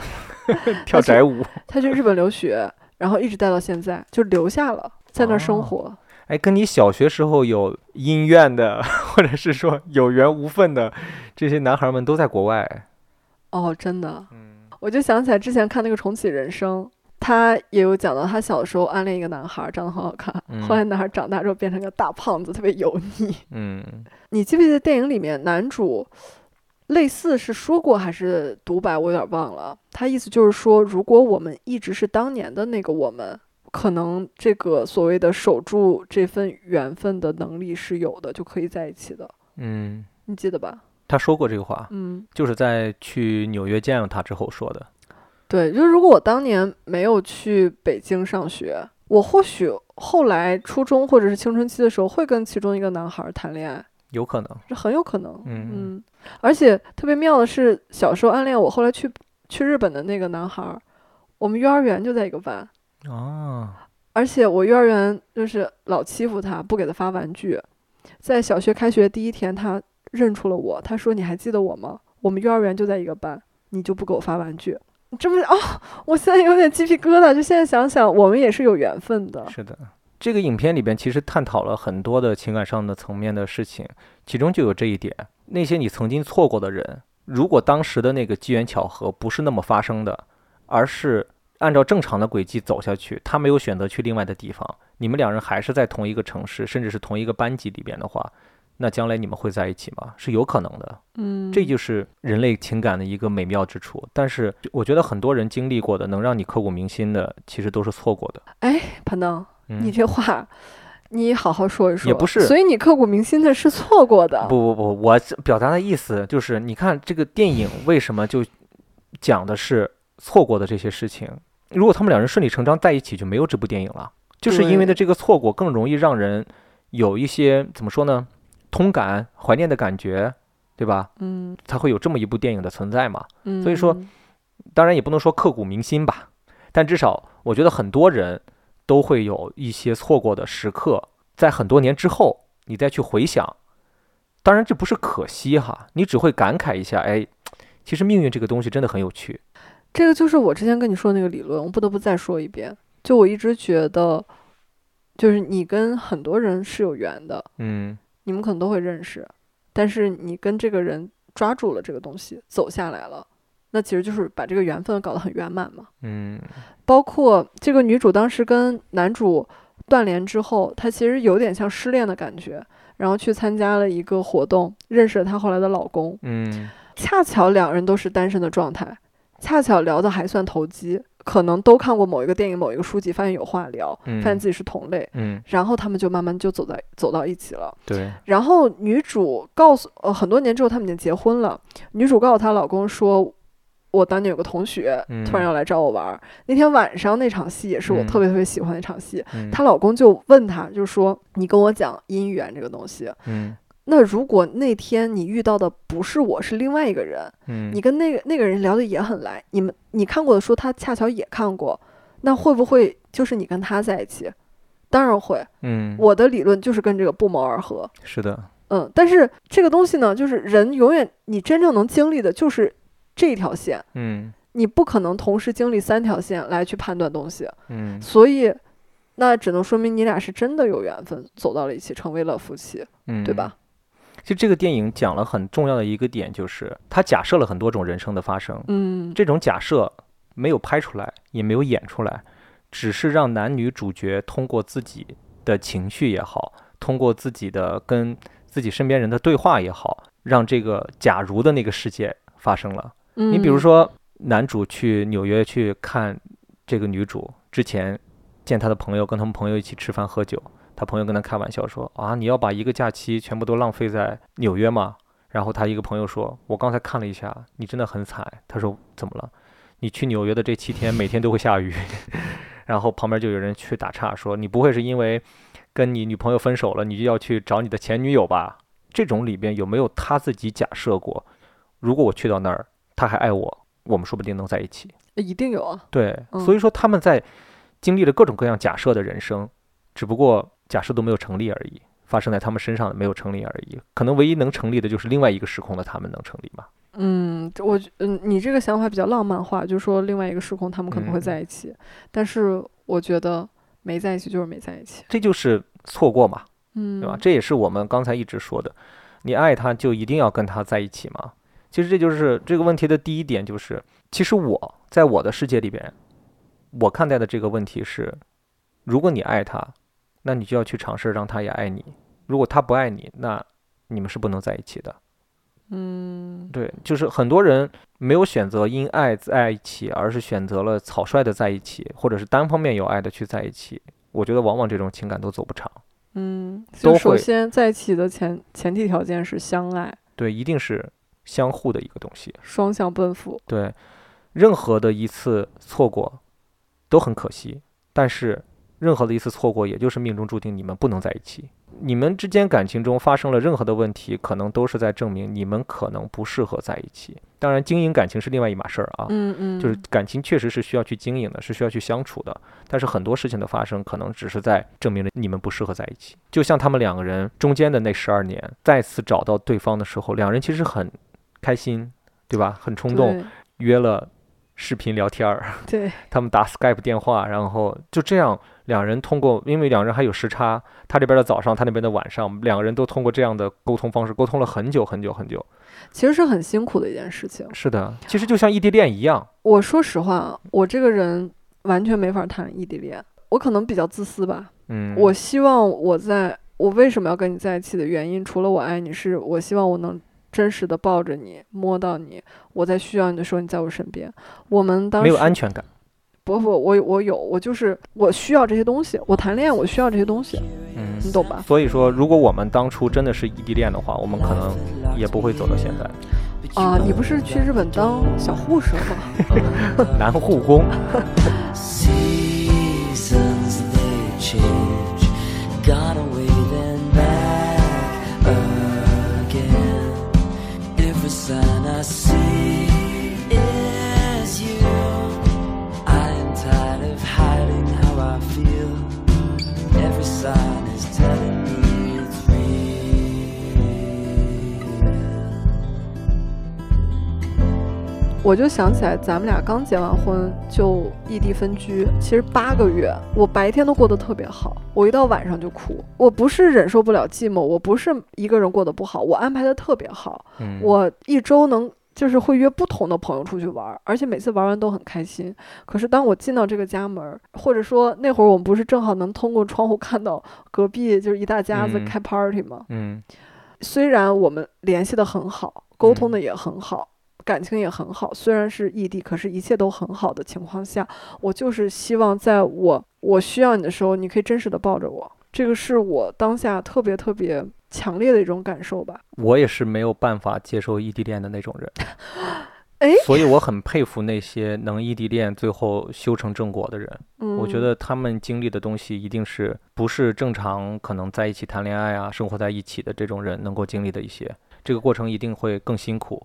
Speaker 2: 跳
Speaker 3: 而且
Speaker 2: 宅舞。
Speaker 3: 他去日本留学，然后一直待到现在，就留下了，在那儿生
Speaker 2: 哦
Speaker 3: 活。
Speaker 2: 哎，跟你小学时候有姻缘的，或者是说有缘无分的这些男孩们都在国外。
Speaker 3: 哦，真的，
Speaker 2: 嗯
Speaker 3: 我就想起来之前看那个《重启人生》，他也有讲到他小时候暗恋一个男孩儿，长得很好看，后来男孩儿长大之后变成个大胖子，特别油腻。
Speaker 2: 嗯，
Speaker 3: 你记不记得电影里面男主类似是说过还是独白，我有点忘了。他意思就是说，如果我们一直是当年的那个我们。可能这个所谓的守住这份缘分的能力是有的，就可以在一起的，
Speaker 2: 嗯，
Speaker 3: 你记得吧？
Speaker 2: 他说过这个话，
Speaker 3: 嗯，
Speaker 2: 就是在去纽约见了他之后说的。
Speaker 3: 对，就是如果我当年没有去北京上学，我或许后来初中或者是青春期的时候会跟其中一个男孩儿谈恋爱，
Speaker 2: 有可能，
Speaker 3: 这很有可能。
Speaker 2: 嗯
Speaker 3: 嗯，而且特别妙的是，小时候暗恋我，后来去去日本的那个男孩儿，我们幼儿园就在一个班，
Speaker 2: 哦，
Speaker 3: 而且我幼儿园就是老欺负他，不给他发玩具。在小学开学第一天，他认出了我，他说：“你还记得我吗？我们幼儿园就在一个班，你就不给我发玩具。”这不是哦，我现在有点鸡皮疙瘩。就现在想想，我们也是有缘分的。
Speaker 2: 是的，这个影片里边其实探讨了很多的情感上的层面的事情，其中就有这一点：那些你曾经错过的人，如果当时的那个机缘巧合不是那么发生的，而是按照正常的轨迹走下去，他没有选择去另外的地方，你们两人还是在同一个城市，甚至是同一个班级里边的话，那将来你们会在一起吗？是有可能的。
Speaker 3: 嗯，
Speaker 2: 这就是人类情感的一个美妙之处。但是我觉得很多人经历过的，能让你刻骨铭心的，其实都是错过的。
Speaker 3: 潘登，你
Speaker 2: 嗯，
Speaker 3: 这话，你好好说一说。
Speaker 2: 也不是
Speaker 3: 所以你刻骨铭心的是错过的。
Speaker 2: 不不不，我这表达的意思就是，你看这个电影为什么就讲的是错过的这些事情？如果他们两人顺理成章在一起，就没有这部电影了。就是因为的这个错过，更容易让人有一些怎么说呢，通感、怀念的感觉，对吧？
Speaker 3: 嗯，
Speaker 2: 才会有这么一部电影的存在嘛。
Speaker 3: 嗯，
Speaker 2: 所以说当然也不能说刻骨铭心吧，但至少我觉得很多人都会有一些错过的时刻，在很多年之后你再去回想，当然这不是可惜哈，你只会感慨一下，哎，其实命运这个东西真的很有趣。
Speaker 3: 这个就是我之前跟你说的那个理论，我不得不再说一遍。就我一直觉得，就是你跟很多人是有缘的，
Speaker 2: 嗯
Speaker 3: 你们可能都会认识，但是你跟这个人抓住了这个东西，走下来了，那其实就是把这个缘分搞得很圆满嘛。
Speaker 2: 嗯
Speaker 3: 包括这个女主当时跟男主断联之后，她其实有点像失恋的感觉，然后去参加了一个活动，认识了她后来的老公，
Speaker 2: 嗯
Speaker 3: 恰巧两人都是单身的状态，恰巧聊得还算投机，可能都看过某一个电影、某一个书籍，发现有话聊，
Speaker 2: 嗯
Speaker 3: 发现自己是同类，
Speaker 2: 嗯，
Speaker 3: 然后他们就慢慢就走在走到一起了。
Speaker 2: 对，
Speaker 3: 然后女主告诉呃很多年之后他们已经结婚了，女主告诉她老公说，我当年有个同学
Speaker 2: 嗯
Speaker 3: 突然要来找我玩儿，那天晚上那场戏也是我
Speaker 2: 嗯
Speaker 3: 特别特别喜欢的一场戏，
Speaker 2: 嗯
Speaker 3: 她老公就问她就说你跟我讲姻缘这个东西，
Speaker 2: 嗯
Speaker 3: 那如果那天你遇到的不是我是另外一个人，
Speaker 2: 嗯
Speaker 3: 你跟那个那个人聊的也很来，你们你看过的书他恰巧也看过，那会不会就是你跟他在一起？当然会，
Speaker 2: 嗯，
Speaker 3: 我的理论就是跟这个不谋而合。
Speaker 2: 是的，
Speaker 3: 嗯，但是这个东西呢，就是人永远你真正能经历的就是这一条线，
Speaker 2: 嗯
Speaker 3: 你不可能同时经历三条线来去判断东西，
Speaker 2: 嗯
Speaker 3: 所以那只能说明你俩是真的有缘分，走到了一起，成为了夫妻，
Speaker 2: 嗯，
Speaker 3: 对吧？？
Speaker 2: 就这个电影讲了很重要的一个点，就是它假设了很多种人生的发生。
Speaker 3: 嗯
Speaker 2: 这种假设没有拍出来，也没有演出来，只是让男女主角通过自己的情绪也好，通过自己的跟自己身边人的对话也好，让这个假如的那个世界发生了。
Speaker 3: 嗯，
Speaker 2: 你比如，说，男主去纽约去看这个女主之前，见他的朋友，跟他们朋友一起吃饭喝酒，他朋友跟他开玩笑说：“啊，你要把一个假期全部都浪费在纽约吗？”然后他一个朋友说：“我刚才看了一下，你真的很惨。”他说：“怎么了？你去纽约的这七天，每天都会下雨。”然后旁边就有人去打岔说：“你不会是因为跟你女朋友分手了，你就要去找你的前女友吧？”这种里边有没有他自己假设过，如果我去到那儿，他还爱我，我们说不定能在一起。
Speaker 3: 一定有啊，
Speaker 2: 对，
Speaker 3: 嗯
Speaker 2: 所以说他们在经历了各种各样假设的人生，只不过假设都没有成立而已，发生在他们身上的没有成立而已。可能唯一能成立的就是另外一个时空的他们能成立吧。
Speaker 3: 嗯，这我觉嗯，你这个想法比较浪漫化，就是说另外一个时空他们可能会
Speaker 2: 嗯
Speaker 3: 在一起，但是我觉得没在一起就是没在一起，
Speaker 2: 这就是错过嘛，
Speaker 3: 嗯，
Speaker 2: 对吧？这也是我们刚才一直说的，你爱他就一定要跟他在一起吗？其实这就是这个问题的第一点，就是其实我在我的世界里边，我看待的这个问题是，如果你爱他，那你就要去尝试让他也爱你；如果他不爱你，那你们是不能在一起的。
Speaker 3: 嗯
Speaker 2: 对，就是很多人没有选择因爱在一起，而是选择了草率的在一起，或者是单方面有爱的去在一起。我觉得往往这种情感都走不长。
Speaker 3: 嗯，
Speaker 2: 都
Speaker 3: 就首
Speaker 2: 会
Speaker 3: 先在一起的前前提条件是相爱。
Speaker 2: 对，一定是相互的一个东西。
Speaker 3: 双向奔赴。
Speaker 2: 对，任何的一次错过都很可惜，但是任何的一次错过，也就是命中注定你们不能在一起。你们之间感情中发生了任何的问题，可能都是在证明你们可能不适合在一起。当然，经营感情是另外一码事儿啊。
Speaker 3: 嗯嗯
Speaker 2: 就是感情确实是需要去经营的，是需要去相处的。但是很多事情的发生，可能只是在证明了你们不适合在一起。就像他们两个人中间的那十二年，再次找到对方的时候，两人其实很开心，对吧？很冲动，约了视频聊天儿，
Speaker 3: 对，对
Speaker 2: 他们打 Skype 电话，然后就这样，两人通过，因为两人还有时差，他这边的早上，他那边的晚上，两个人都通过这样的沟通方式沟通了很久很久很久。
Speaker 3: 其实是很辛苦的一件事情。
Speaker 2: 是的，其实就像异地恋一样，
Speaker 3: 我说实话，我这个人完全没法谈异地恋，我可能比较自私吧，
Speaker 2: 嗯，
Speaker 3: 我希望我在我为什么要跟你在一起的原因，除了我爱你，是我希望我能真实的抱着你，摸到你，我在需要你的时候，你在我身边。我们当时
Speaker 2: 没有安全感。
Speaker 3: 不不，我我有，我就是我需要这些东西。我谈恋爱，我需要这些东西，
Speaker 2: 嗯，
Speaker 3: 你懂吧？
Speaker 2: 所以说，如果我们当初真的是异地恋的话，我们可能也不会走到现在。
Speaker 3: 啊、你不是去日本当小护士了吗？
Speaker 2: 男护工，
Speaker 4: Seasons they change, gone away then back again. Every sign I see is you. I am tired of hiding how I feel. Every sign is telling me it's real.
Speaker 3: 我就想起来，咱们俩刚结完婚就异地分居，其实八个月，我白天都过得特别好，我一到晚上就哭。我不是忍受不了寂寞，我不是一个人过得不好，我安排的特别好，
Speaker 2: 嗯，
Speaker 3: 我一周能就是会约不同的朋友出去玩儿，而且每次玩完都很开心。可是当我进到这个家门儿，或者说那会儿我们不是正好能通过窗户看到隔壁就是一大家子
Speaker 2: 嗯
Speaker 3: 开 party 吗？
Speaker 2: 嗯
Speaker 3: 虽然我们联系的很好，沟通
Speaker 2: 嗯
Speaker 3: 的也很好，感情也很好，虽然是异地，可是一切都很好的情况下，我就是希望在我我需要你的时候，你可以真实的抱着我。这个是我当下特别特别强烈的一种感受吧。
Speaker 2: 我也是没有办法接受异地恋的那种人。
Speaker 3: 哎
Speaker 2: 所以我很佩服那些能异地恋最后修成正果的人。
Speaker 3: 嗯，
Speaker 2: 我觉得他们经历的东西一定是不是正常可能在一起谈恋爱啊、生活在一起的这种人能够经历的一些。这个过程一定会更辛苦，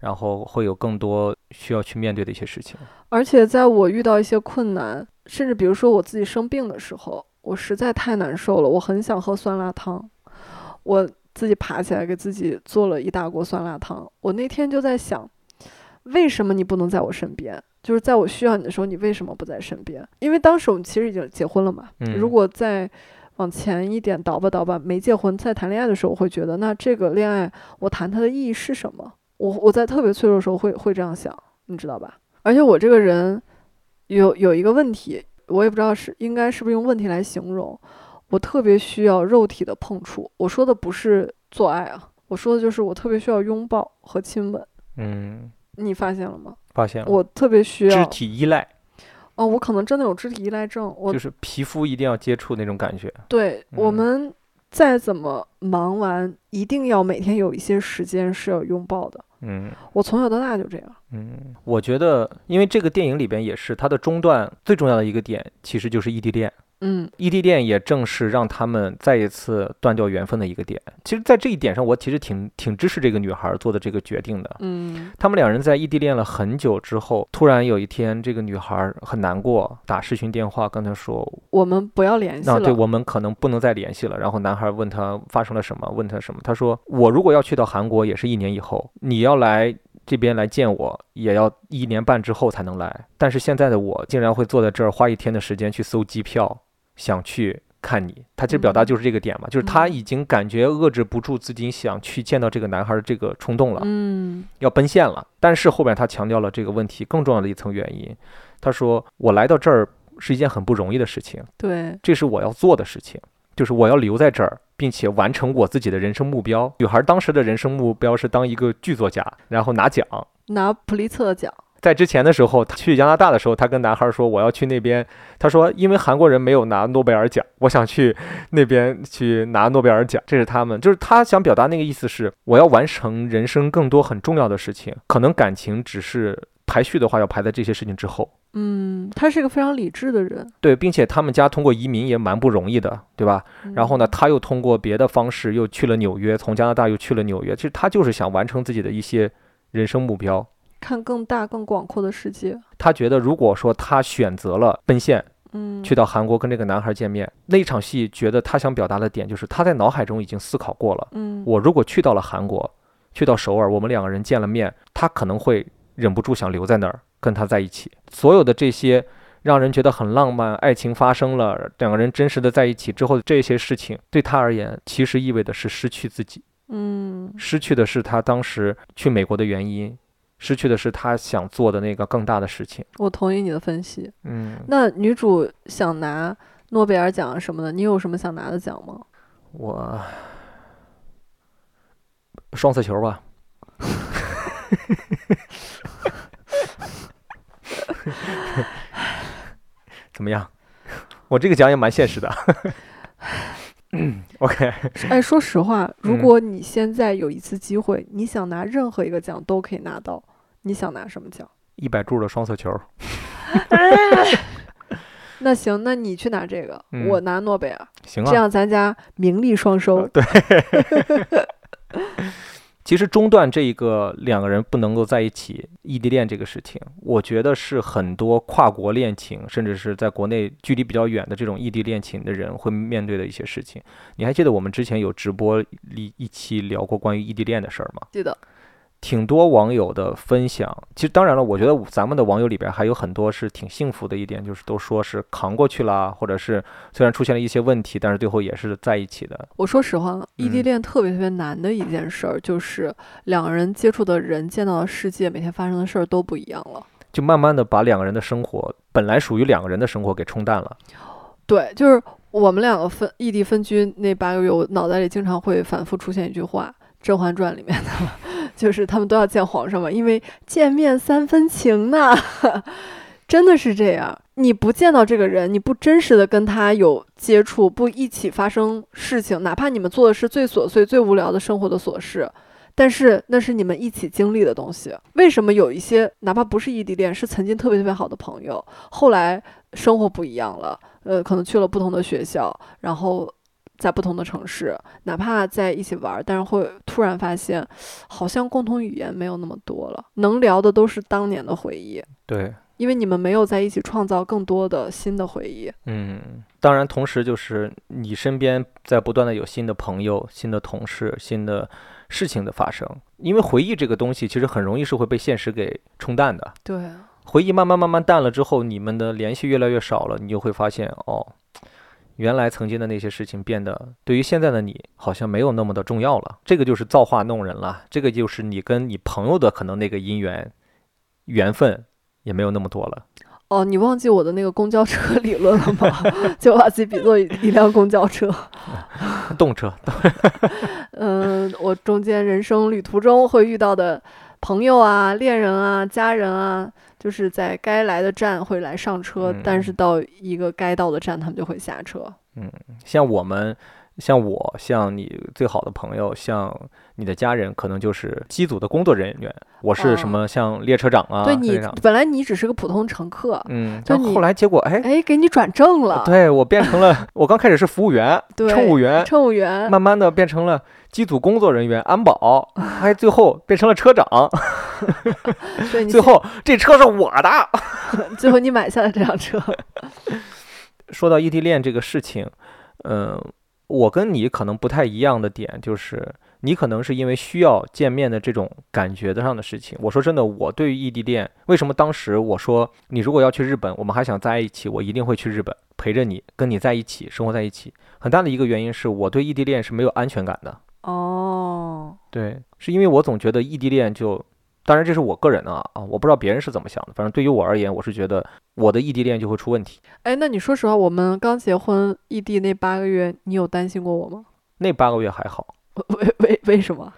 Speaker 2: 然后会有更多需要去面对的一些事情。
Speaker 3: 而且在我遇到一些困难，甚至比如说我自己生病的时候，我实在太难受了，我很想喝酸辣汤，我自己爬起来给自己做了一大锅酸辣汤。我那天就在想，为什么你不能在我身边？就是在我需要你的时候，你为什么不在身边？因为当时我们其实已经结婚了嘛。
Speaker 2: 嗯
Speaker 3: 如果再往前一点倒吧倒吧，没结婚在谈恋爱的时候，我会觉得那这个恋爱我谈它的意义是什么？我我在特别脆弱的时候会会这样想，你知道吧？而且我这个人有有一个问题，我也不知道是应该是不是用问题来形容，我特别需要肉体的碰触。我说的不是做爱啊，我说的就是我特别需要拥抱和亲吻。
Speaker 2: 嗯，
Speaker 3: 你发现了吗？
Speaker 2: 发现了，
Speaker 3: 我特别需要
Speaker 2: 嗯肢体依赖
Speaker 3: 哦，我可能真的有肢体依赖症。我
Speaker 2: 就是皮肤一定要接触那种感觉。
Speaker 3: 对、我
Speaker 2: 嗯
Speaker 3: 们再怎么忙完，一定要每天有一些时间是要拥抱的。
Speaker 2: 嗯。
Speaker 3: 我从小到大就这样。
Speaker 2: 嗯，我觉得，因为这个电影里边也是它的中段最重要的一个点，其实就是异地恋。
Speaker 3: 嗯
Speaker 2: 异地恋，E 也正是让他们再一次断掉缘分的一个点。其实，在这一点上，我其实挺挺支持这个女孩做的这个决定的。
Speaker 3: 嗯
Speaker 2: 他们两人在异地恋了很久之后，突然有一天，这个女孩很难过，打视讯电话跟他说
Speaker 3: 我们不要联系
Speaker 2: 那
Speaker 3: 了。
Speaker 2: 对我们可能不能再联系了。然后男孩问他发生了什么，问他什么，他说我如果要去到韩国，也是一年以后，你要来这边来见我，也要一年半之后才能来。但是现在的我竟然会坐在这儿花一天的时间去搜机票，想去。看你，他其实表达
Speaker 3: 嗯
Speaker 2: 就是这个点嘛，就是他
Speaker 3: 嗯
Speaker 2: 已经感觉遏制不住自己想去见到这个男孩的这个冲动了，
Speaker 3: 嗯
Speaker 2: 要奔现了。但是后边他强调了这个问题更重要的一层原因，他说我来到这儿是一件很不容易的事情，
Speaker 3: 对
Speaker 2: 这是我要做的事情，就是我要留在这儿，并且完成我自己的人生目标。女孩当时的人生目标是当一个剧作家，然后拿奖。
Speaker 3: 拿普利策奖。
Speaker 2: 在之前的时候，她去加拿大的时候，她跟男孩说我要去那边。她说，因为韩国人没有拿诺贝尔奖，我想去那边去拿诺贝尔奖。这是他们，就是她想表达那个意思是，我要完成人生更多很重要的事情。可能感情只是排序的话，要排在这些事情之后。
Speaker 3: 嗯，他是一个非常理智的人。
Speaker 2: 对，并且他们家通过移民也蛮不容易的，对吧？
Speaker 3: 嗯
Speaker 2: 然后呢，他又通过别的方式又去了纽约，从加拿大又去了纽约。其实他就是想完成自己的一些人生目标。
Speaker 3: 看更大、更广阔的世界。
Speaker 2: 他觉得，如果说他选择了奔现，
Speaker 3: 嗯，
Speaker 2: 去到韩国跟这个男孩见面，那一场戏，觉得他想表达的点就是他在脑海中已经思考过了，
Speaker 3: 嗯，
Speaker 2: 我如果去到了韩国，去到首尔，我们两个人见了面，他可能会忍不住想留在那儿跟他在一起。所有的这些让人觉得很浪漫，爱情发生了，两个人真实的在一起之后的这些事情，对他而言其实意味的是失去自己，
Speaker 3: 嗯
Speaker 2: 失去的是他当时去美国的原因，失去的是他想做的那个更大的事情。
Speaker 3: 我同意你的分析。
Speaker 2: 嗯
Speaker 3: 那女主想拿诺贝尔奖什么的，你有什么想拿的奖吗？
Speaker 2: 我双色球吧， 怎么样？我这个奖也蛮现实 的。OK，
Speaker 3: 哎，说实话，如
Speaker 2: 嗯
Speaker 3: 果你现在有一次机会，你想拿任何一个奖都可以拿到，你想拿什么 奖？
Speaker 2: 一百注的双色球，
Speaker 3: 那行，那你去拿这个，
Speaker 2: 嗯
Speaker 3: 我拿诺贝尔，
Speaker 2: 行
Speaker 3: 这
Speaker 2: 啊。
Speaker 3: 样咱家名利双收。
Speaker 2: 其实中断这一个两个人不能够在一起异地恋这个事情，我觉得是很多跨国恋情，甚至是在国内距离比较远的这种异地恋情的人会面对的一些事情。你还记得我们之前有直播里一期聊过关于异地恋的事儿吗？
Speaker 3: 记得，
Speaker 2: 挺多网友的分享。其实当然了，我觉得咱们的网友里边还有很多是挺幸福的一点，就是都说是扛过去啦，或者是虽然出现了一些问题，但是最后也是在一起的。
Speaker 3: 我说实话，异
Speaker 2: 嗯
Speaker 3: 地恋特别特别难的一件事儿，就是两个人接触的人、见到的世界、每天发生的事儿都不一样了。
Speaker 2: 就慢慢的把两个人的生活，本来属于两个人的生活给冲淡了。
Speaker 3: 对，就是我们两个分异地分居那八个月，我脑袋里经常会反复出现一句话，《甄嬛传》里面的， 就是他们都要见皇上嘛，因为见面三分情呐， 真的是这样。你不见到这个人，你不真实的跟他有接触，不一起发生事情，哪怕你们做的是最琐碎、最无聊的生活的琐事。但是那是你们一起经历的东西。为什么有一些哪怕不是异地恋，是曾经特别特别好的朋友，后来生活不一样了，呃，可能去了不同的学校，然后在不同的城市，哪怕在一起玩儿，但是会突然发现，好像共同语言没有那么多了，能聊的都是当年的回忆，
Speaker 2: 对，
Speaker 3: 因为你们没有在一起创造更多的新的回忆。
Speaker 2: 嗯，当然，同时就是你身边在不断的有新的朋友、新的同事、新的事情的发生，因为回忆这个东西其实很容易是会被现实给冲淡的。
Speaker 3: 对，
Speaker 2: 回忆慢慢慢慢淡了之后，你们的联系越来越少了，你就会发现哦，原来曾经的那些事情变得对于现在的你好像没有那么的重要了。这个就是造化弄人了，这个就是你跟你朋友的可能那个姻缘缘分也没有那么多了。
Speaker 3: 哦，你忘记我的那个公交车 理论了吗？ 就把自己比作一一辆公交车。
Speaker 2: 动车，
Speaker 3: 嗯，我中间人生旅途中会遇到的朋友啊、恋人啊、家人啊，就是在该来的站会来上车，
Speaker 2: 嗯
Speaker 3: 但是到一个该到的站，他们就会下车。
Speaker 2: 像我们，像我，像你最好的朋友，像你的家人，可能就是机组的工作人员。我是什
Speaker 3: 哦
Speaker 2: 么像列车长啊，
Speaker 3: 对你
Speaker 2: 这样
Speaker 3: 本来你只是个普通乘客，
Speaker 2: 嗯，
Speaker 3: 就
Speaker 2: 但
Speaker 3: 你
Speaker 2: 后来结果哎。
Speaker 3: 哎，给你转正了，
Speaker 2: 对我变成了，我刚开始是服务员、
Speaker 3: 对
Speaker 2: 乘务员，
Speaker 3: 乘务员。
Speaker 2: 慢慢的变成了机组工作人员、安 保，还最后变成了车长，
Speaker 3: 对，你
Speaker 2: 最
Speaker 3: 写
Speaker 2: 后这车是我的。
Speaker 3: 最后你买下了这 辆车。
Speaker 2: 说到异地恋这个事情，嗯、我跟你可能不太一样的点就是，你可能是因为需要见面的这种感觉上的事情。我说真的，我对于异地恋，为什么当时我说你如果要去日本，我们还想在一起，我一定会去日本陪着你，跟你在一起生活在一起。很大的一个原因是我对异地恋是没有安全感的。
Speaker 3: 哦，
Speaker 2: 对，是因为我总觉得异地恋就，当然这是我个人啊啊，我不知道别人是怎么想的，反正对于我而言，我是觉得我的异地恋就会出问题。
Speaker 3: 哎，那你说实话，我们刚结婚异地那八个月，你有担心过我吗？
Speaker 2: 那八个月还好，
Speaker 3: 为为为什么？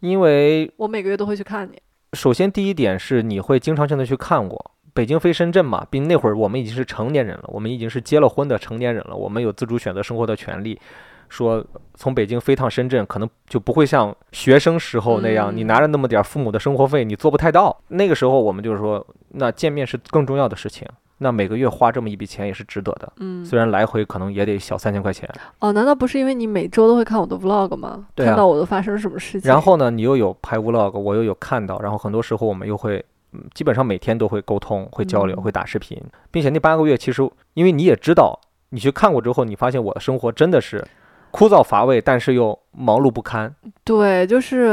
Speaker 2: 因为
Speaker 3: 我每个月都会去看你。
Speaker 2: 首先第一点是你会经常性的去看我。北京飞深圳嘛，并那会儿我们已经是成年人了，我们已经是结了婚的成年人了，我们有自主选择生活的权利。说从北京飞趟深圳，可能就不会像学生时候那样，你
Speaker 3: 嗯
Speaker 2: 拿着那么点儿父母的生活费，你做不太到。那个时候我们就是说，那见面是更重要的事情，那每个月花这么一笔钱也是值得的，
Speaker 3: 嗯，
Speaker 2: 虽然来回可能也得小三千块钱。
Speaker 3: 哦，难道不是因为你每周都会看我的 vlog 吗？
Speaker 2: 对啊
Speaker 3: 看到我都发生什么事情？
Speaker 2: 然后呢，你又有拍 vlog，我又有看到，然后很多时候我们又会，嗯基本上每天都会沟通、会交流、
Speaker 3: 嗯
Speaker 2: 会打视频，并且那八个月其实，因为你也知道，你去看过之后，你发现我的生活真的是枯燥乏味，但是又忙碌不堪。
Speaker 3: 对，就是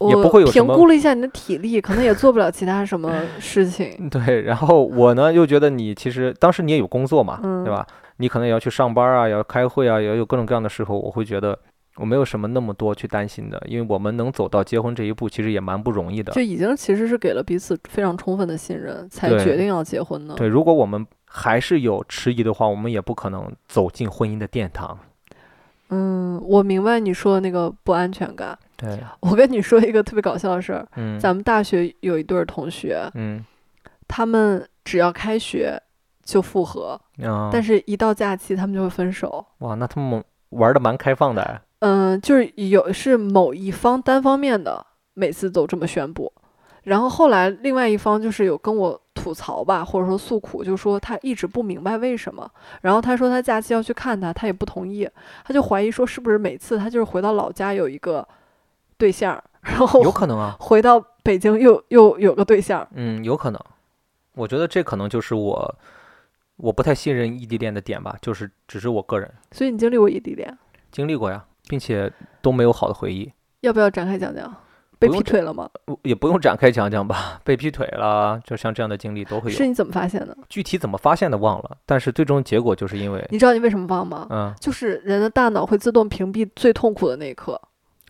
Speaker 3: 我
Speaker 2: 也不会有什
Speaker 3: 评
Speaker 2: 么
Speaker 3: 估了一下你的体力，可能也做不了其他什么事情。
Speaker 2: 对，然后我呢又觉得你其实当时你也有工作嘛，
Speaker 3: 嗯
Speaker 2: 对吧？你可能也要去上班啊，也要开会啊，也要有各种各样的时候，我会觉得。我没有什么那么多去担心的，因为我们能走到结婚这一步，其实也蛮不容易的。
Speaker 3: 就已经其实是给了彼此非常充分的信任，才
Speaker 2: 对
Speaker 3: 决定要结婚的。
Speaker 2: 对，如果我们还是有迟疑的话，我们也不可能走进婚姻的殿堂。
Speaker 3: 嗯，我明白你说的那个不安全感。
Speaker 2: 对，
Speaker 3: 我跟你说一个特别搞笑的事儿，
Speaker 2: 嗯，
Speaker 3: 咱们大学有一对儿同学，
Speaker 2: 嗯
Speaker 3: 他们只要开学就复合，
Speaker 2: 啊，
Speaker 3: 但是一到假期他们就会分手。
Speaker 2: 哇，那他们玩的蛮开放的哎，
Speaker 3: 嗯，就是有是某一方单方面的，每次都这么宣布。然后后来另外一方就是有跟我吐槽吧，或者说诉苦，就说他一直不明白为什么。然后他说他假期要去看他，他也不同意，他就怀疑说是不是每次他就是回到老家有一个对象儿，然后
Speaker 2: 有可能啊，
Speaker 3: 回到北京又又有个对象儿。
Speaker 2: 嗯，有可能。我觉得这可能就是我我不太信任异地恋的点吧，就是只是我个人
Speaker 3: 所以你经历过异地恋，
Speaker 2: 经历过呀，并且都没有好的回忆。
Speaker 3: 要不要展开讲讲？被
Speaker 2: 不
Speaker 3: 劈
Speaker 2: 用
Speaker 3: 腿了吗？
Speaker 2: 我也不用展开讲讲吧， 被劈腿了，就像这样的经历都会
Speaker 3: 是
Speaker 2: 有。
Speaker 3: 你怎么发现的？
Speaker 2: 具体怎么发现的忘了，但是最终结果就是因为，
Speaker 3: 你知道你为什么忘吗？
Speaker 2: 嗯，
Speaker 3: 就是人的大脑会自动屏蔽最痛苦的那一刻。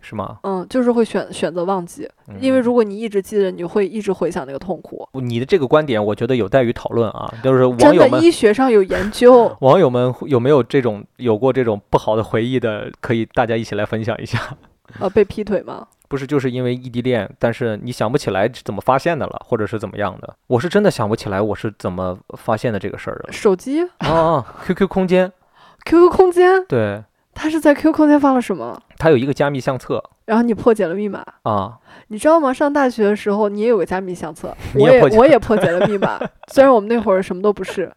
Speaker 2: 是吗？
Speaker 3: 嗯，就是会选选择忘记，因为
Speaker 2: 嗯
Speaker 3: 如果你一直记着，你会一直回想那个痛苦。
Speaker 2: 你的这个观点，我觉得有待于讨论啊。就是网
Speaker 3: 真
Speaker 2: 友
Speaker 3: 的，
Speaker 2: 们，。
Speaker 3: 医学上有研究
Speaker 2: 网友们会有没有这种有过这种不好的回忆的，可以大家一起来分享一下。
Speaker 3: 呃，被劈腿吗？
Speaker 2: 不是就是因为异地恋，但是你想不起来是怎么发现的了，或者是怎么样的？我是真的想不起来我是怎么发现的这个事儿的。
Speaker 3: 手机、
Speaker 2: 哦，QQ 空间，
Speaker 3: QQ 空间，
Speaker 2: 对，
Speaker 3: 他是在 QQ 空间发了什么？
Speaker 2: 它有一个加密相册
Speaker 3: 然后你破解了密码，
Speaker 2: 啊，
Speaker 3: 你知道吗？上大学的时候，你也有个加密 相册，
Speaker 2: 你
Speaker 3: 我
Speaker 2: 也
Speaker 3: 也
Speaker 2: 破解
Speaker 3: 我也破解了密码。虽然我们那会儿什么都不是，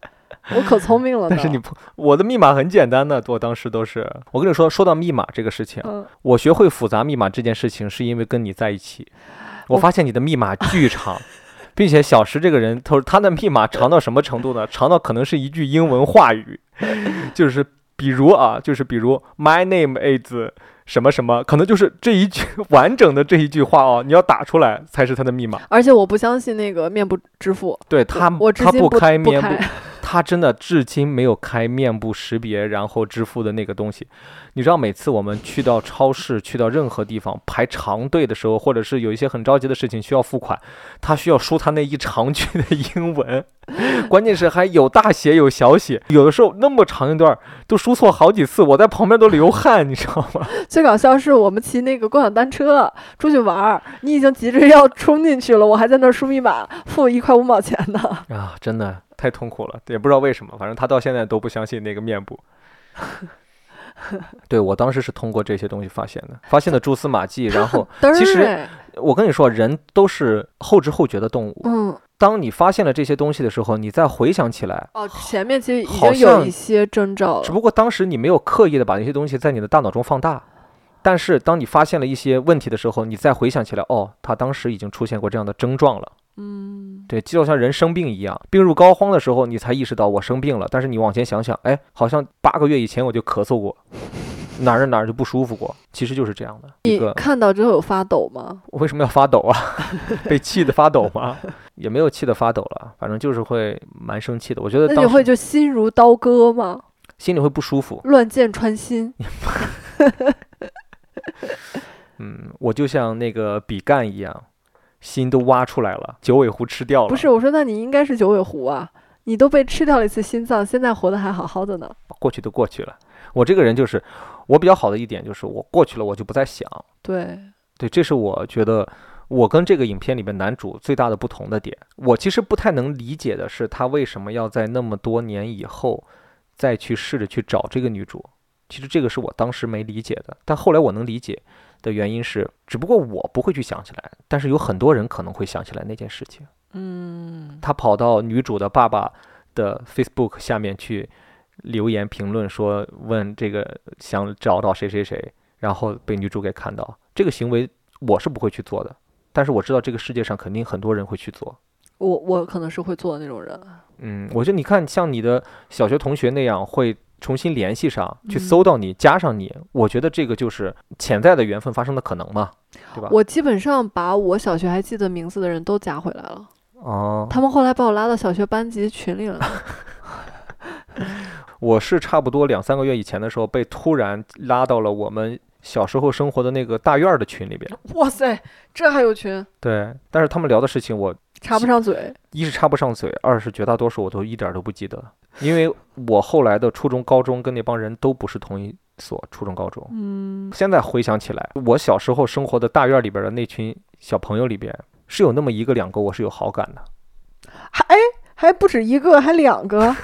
Speaker 3: 我可聪明了呢。
Speaker 2: 但是你不，我的密码很简单的，我当时都是。我跟你说，说到密码这个事情，
Speaker 3: 嗯，
Speaker 2: 我学会复杂密码这件事情是因为跟你在一起，我
Speaker 3: 我
Speaker 2: 发现你的密码巨长。 并且小石这个人，他他的密码长到什么程度呢？长到可能是一句英文话语，就是比如啊，就是比如 my name is 什么什么，可能就是这一句 完整的这一句话哦，你要打出来才是他的密码。
Speaker 3: 而且我不相信那个面部支付，
Speaker 2: 对他
Speaker 3: 我，至
Speaker 2: 他
Speaker 3: 今不
Speaker 2: 开面部
Speaker 3: 开，
Speaker 2: 他真的至今没有开面部识别，然后支付的那个东西。你知道，每次我们去到超市、去到任何地方排长队的时候，或者是有一些很着急的事情需要付款，他需要输他那一长句的英文， 关键是还有大写有小写，有的时候那么长一段儿都输错好几次，我在旁边都流汗，你知道吗？
Speaker 3: 最搞笑是我们骑那个共享单车出去玩儿，你已经急着要冲进去了，我还在那儿输密码，付一块五毛钱呢。
Speaker 2: 啊，真的太痛苦了，也不知道为什么，反正他到现在都不相信那个面 部。对我当时是通过这些东西发现的，发现的蛛丝马迹，然 后
Speaker 3: 嘚儿
Speaker 2: 其实
Speaker 3: 哎
Speaker 2: 我跟你说，人都是后知后觉的动物。
Speaker 3: 嗯，
Speaker 2: 当你发现了这些东西的时候，你再回想起来，
Speaker 3: 哦，前面其实已
Speaker 2: 好
Speaker 3: 经有
Speaker 2: 像
Speaker 3: 一些征兆
Speaker 2: 只
Speaker 3: 了。
Speaker 2: 不过当时你没有刻意的把那些东西在你的大脑中放大。但是当你发现了一些问题的时候，你再回想起来，哦，他当时已经出现过这样的症状了。
Speaker 3: 嗯，
Speaker 2: 对，就像人生病一样，病入膏肓的时候，你才意识到我生病了。但是你往前想想，哎，好像八个月以前我就咳嗽过， 哪儿哪儿哪儿就不舒服过，其实就是这样的一
Speaker 3: 你
Speaker 2: 个。
Speaker 3: 看到之后有发抖吗？
Speaker 2: 我为什么要发抖啊？ 被气得发抖 吗？也没有气得发抖了，反正就是会蛮生气的。我觉得
Speaker 3: 那你
Speaker 2: 当
Speaker 3: 会
Speaker 2: 时
Speaker 3: 就心如刀割吗？
Speaker 2: 心里会不舒服。
Speaker 3: 乱箭穿心。
Speaker 2: 嗯，我就像那个比干一样，心都挖出来了，九尾狐吃掉了。
Speaker 3: 不是，我说那你应该是九尾狐啊，你都被吃掉了一次心脏，现在活得还好好的呢。
Speaker 2: 过去都过去了。我这个人就是，我比较好的一点就是，我过去了，我就不再想。
Speaker 3: 对，
Speaker 2: 对，这是我觉得我跟这个影片里面男主最大的不同的点。我其实不太能理解的是，他为什么要在那么多年以后再去试着去找这个女主。其实这个是我当时没理解的，但后来我能理解的原因是，只不过我不会去想起来，但是有很多人可能会想起来那件事情。
Speaker 3: 嗯，
Speaker 2: 他跑到女主的爸爸的 Facebook 下面去留言评论说，问这个想找到谁谁谁，然后被女主给看到，这个行为我是不会去做的，但是我知道这个世界上肯定很多人会去做。
Speaker 3: 我我可能是会做的那种人。
Speaker 2: 嗯，我觉得你看，像你的小学同学那样会重新联系上，去
Speaker 3: 嗯
Speaker 2: 搜到你，加上你，我觉得这个就是潜在的缘分发生的可能嘛，对吧？
Speaker 3: 我基本上把我小学还记得名字的人都加回来了，
Speaker 2: 哦，
Speaker 3: 他们后来把我拉到小学班级群里了。
Speaker 2: 我是差不多两三个月以前的时候，被突然拉到了我们小时候生
Speaker 3: 哦
Speaker 2: 活的那个大院儿的群里边。
Speaker 3: 哇塞，这还有群？
Speaker 2: 对，但是他们聊的事情我
Speaker 3: 插不上嘴。
Speaker 2: 一是插不上嘴，二是绝大多数我都一点儿都不记得，因为我后来的初中、高中跟那帮人都不是同一所初中、高中。
Speaker 3: 嗯，
Speaker 2: 现在回想起来，我小时候生活的大院里边的那群小朋友里边，是有那么一个两个我是有好感的。
Speaker 3: 还哎还不止一个，还两 个，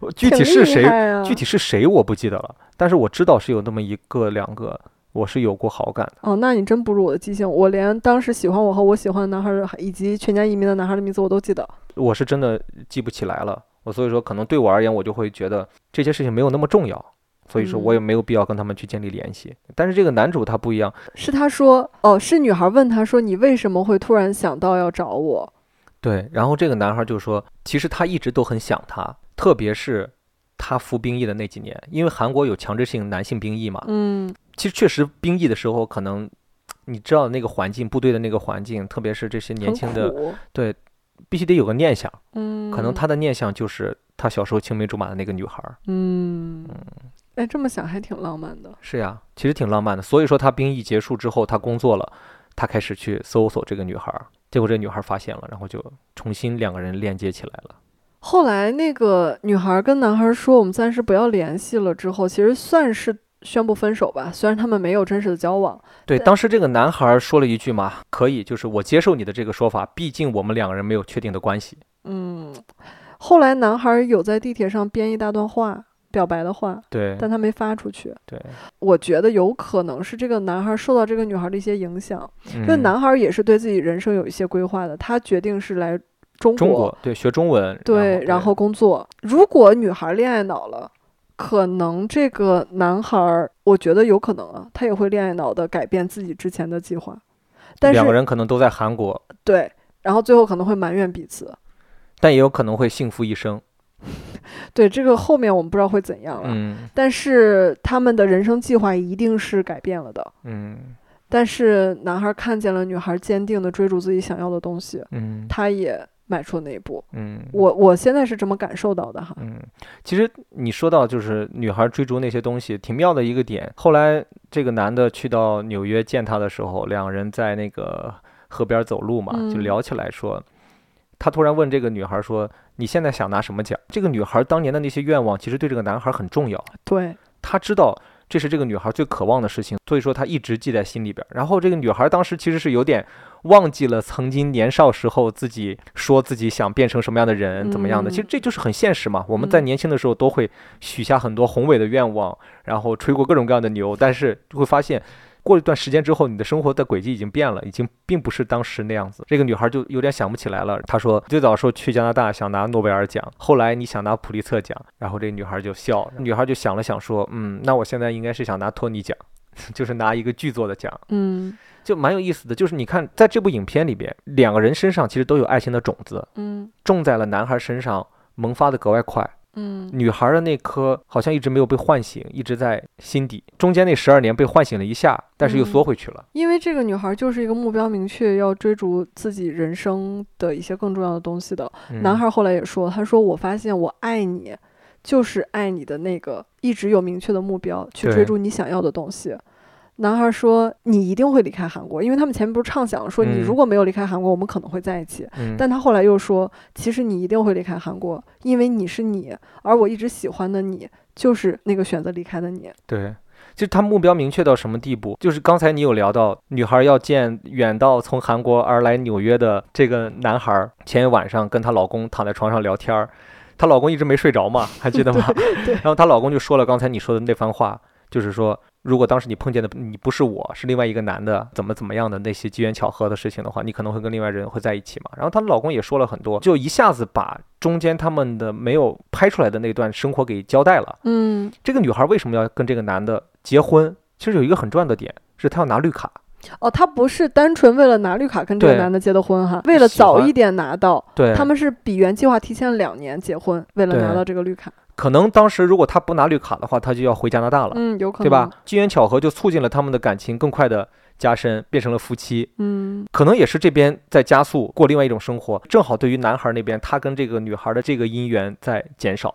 Speaker 2: 我具体是
Speaker 3: 挺厉
Speaker 2: 谁，
Speaker 3: 害啊、
Speaker 2: 具体是谁我不记得了，但是我知道是有那么一个两个我是有过好感的。
Speaker 3: 哦，那你真不如我的记性，我连当时喜欢我和我喜欢的男孩儿以及全家移民的男孩儿的名字我都记得。
Speaker 2: 我是真的记不起来了，我所以说可能对我而言，我就会觉得这些事情没有那么重要。所以说，
Speaker 3: 嗯
Speaker 2: 我也没有必要跟他们去建立联系。但是这个男主他不一样，
Speaker 3: 是他说，哦，是女孩问他说，你为什么会突然想到要找我？
Speaker 2: 对，然后这个男孩就说，其实他一直都很想她，特别是他服兵役的那几年，因为韩国有强制性男性兵役嘛。
Speaker 3: 嗯
Speaker 2: 其实确实兵役的时候，可能你知道那个环境，部队的那个环境，特别是这些年
Speaker 3: 很
Speaker 2: 轻的，
Speaker 3: 苦
Speaker 2: 对，必须得有个念想。
Speaker 3: 嗯，
Speaker 2: 可能他的念想就是他小时候青梅竹马的那个女孩儿。
Speaker 3: 嗯，哎，这么想还挺浪漫的。
Speaker 2: 是呀，其实挺浪漫的。所以说他兵役结束之后，他工作了，他开始去搜索这个女孩儿，结果这女孩儿发现了，然后就重新两个人链接起来了。
Speaker 3: 后来那个女孩跟男孩说我们暂时不要联系了，之后其实算是宣布分手吧，虽然他们没有真实的交往。
Speaker 2: 对，
Speaker 3: 对
Speaker 2: 当时这个男孩儿说了一句嘛，可以，就是我接受你的这个说法，毕竟我们两个人没有确定的关系。
Speaker 3: 嗯，后来男孩有在地铁上编一大段话，表白的话，
Speaker 2: 对
Speaker 3: 但他没发出去。
Speaker 2: 对，
Speaker 3: 我觉得有可能是这个男孩受到这个女孩的一些影响，
Speaker 2: 嗯
Speaker 3: 因为男孩也是对自己人生有一些规划的，他决定是来中国，
Speaker 2: 中国对学中文，
Speaker 3: 对，然后工作。如果女孩恋爱脑了，可能这个男孩，我觉得有可能啊，他也会恋爱脑的改变自己之前的计划，但
Speaker 2: 两个
Speaker 3: 是
Speaker 2: 人可能都在韩国，
Speaker 3: 对，然后最后可能会埋怨彼此。
Speaker 2: 但也有可能会幸福一生。
Speaker 3: 对，这个后面我们不知道会怎样了，
Speaker 2: 嗯
Speaker 3: 但是他们的人生计划一定是改变了的。
Speaker 2: 嗯
Speaker 3: 但是男孩看见了女孩坚定的追逐自己想要的东西，
Speaker 2: 嗯
Speaker 3: 他也迈出那一步。
Speaker 2: 嗯，
Speaker 3: 我我现在是这么感受到的哈。
Speaker 2: 嗯，其实你说到就是女孩追逐那些东西，挺妙的一个点。后来这个男的去到纽约见她的时候，两人在那个河边走路嘛，就
Speaker 3: 嗯
Speaker 2: 聊起来说，他突然问这个女孩说：“你现在想拿什么奖？”这个女孩当年的那些愿望，其实对这个男孩很重要。
Speaker 3: 对，
Speaker 2: 他知道这是这个女孩最渴望的事情，所以说他一直记在心里边儿。然后这个女孩当时其实是有点忘记了曾经年少时候自己说自己想变成什么样的人，怎么样的。其实
Speaker 3: 嗯
Speaker 2: 这就是很现实嘛。我们在
Speaker 3: 嗯
Speaker 2: 年轻的时候都会许下很多宏伟的愿望，然后吹过各种各样的牛，但是就会发现。过一段时间之后，你的生活的轨迹已经变了，已经并不是当时那样子。这个女孩就有点想不起来了。她说，最早说去加拿大想拿诺贝尔奖，后来你想拿普利策奖，然后这女孩就笑了。女孩就想了想说，嗯，那我现在应该是想拿托尼奖， 就是拿一个剧作的奖，
Speaker 3: 嗯
Speaker 2: 就蛮有意思的。就是你看，在这部影片里边，两个人身上其实都有爱情的种子，
Speaker 3: 嗯
Speaker 2: 种在了男孩身上，萌发的格外快。
Speaker 3: 嗯
Speaker 2: 女孩的那颗好像一直没有被唤醒，一直在心底。中间那十二年被唤醒了一下，但
Speaker 3: 嗯
Speaker 2: 是又缩回去了。
Speaker 3: 因为这个女孩就是一个目标明确，要追逐自己人生的一些更重要的东西的。
Speaker 2: 嗯
Speaker 3: 男孩后来也说，他说我发现我爱你，就是爱你的那个一直有明确的目标去
Speaker 2: 对
Speaker 3: 追逐你想要的东西。男孩说：“你一定会离开韩国，因为他们前面不是畅想说你
Speaker 2: 嗯
Speaker 3: 如果没有离开韩国，我们可能会在一起。
Speaker 2: 嗯，
Speaker 3: 但他后来又说，其实你一定会离开韩国，因为你是你，而我一直喜欢的你就是那个选择离开的你。
Speaker 2: 对，就是他目标明确到什么地步？就是刚才你有聊到，女孩要见远到从韩国而来纽约的这个男孩儿，前一晚上跟她老公躺在床上聊天儿，她老公一直没睡着嘛，还记得吗？
Speaker 3: 对
Speaker 2: 然后她老公就说了刚才你说的那番话，就是说。如果当时你碰见的你不是我，是另外一个男的，怎么怎么样的那些机缘巧合的事情的话，你可能会跟另外人会在一起嘛。然后她老公也说了很多，就一下子把中间他们的没有拍出来的那段生活给交代了。
Speaker 3: 嗯，
Speaker 2: 这个女孩为什么要跟这个男的结婚？其实有一个很重要的点是，她要拿绿卡。
Speaker 3: 哦，他不是单纯为了拿绿卡跟这个
Speaker 2: 对
Speaker 3: 男的结的婚哈，为了
Speaker 2: 喜欢
Speaker 3: 早一点拿到，
Speaker 2: 对
Speaker 3: 他们是比原计划提前了两年结婚，为了
Speaker 2: 对
Speaker 3: 拿到这个绿卡。
Speaker 2: 可能当时如果她不拿绿卡的话，她就要回加拿大了，
Speaker 3: 嗯，有可能，
Speaker 2: 对吧？？机缘巧合就促进了他们的感情更快的加深，变成了夫妻。
Speaker 3: 嗯
Speaker 2: 可能也是这边在加速过另外一种生活，正好对于男孩那边，他跟这个女孩的这个姻缘在减少。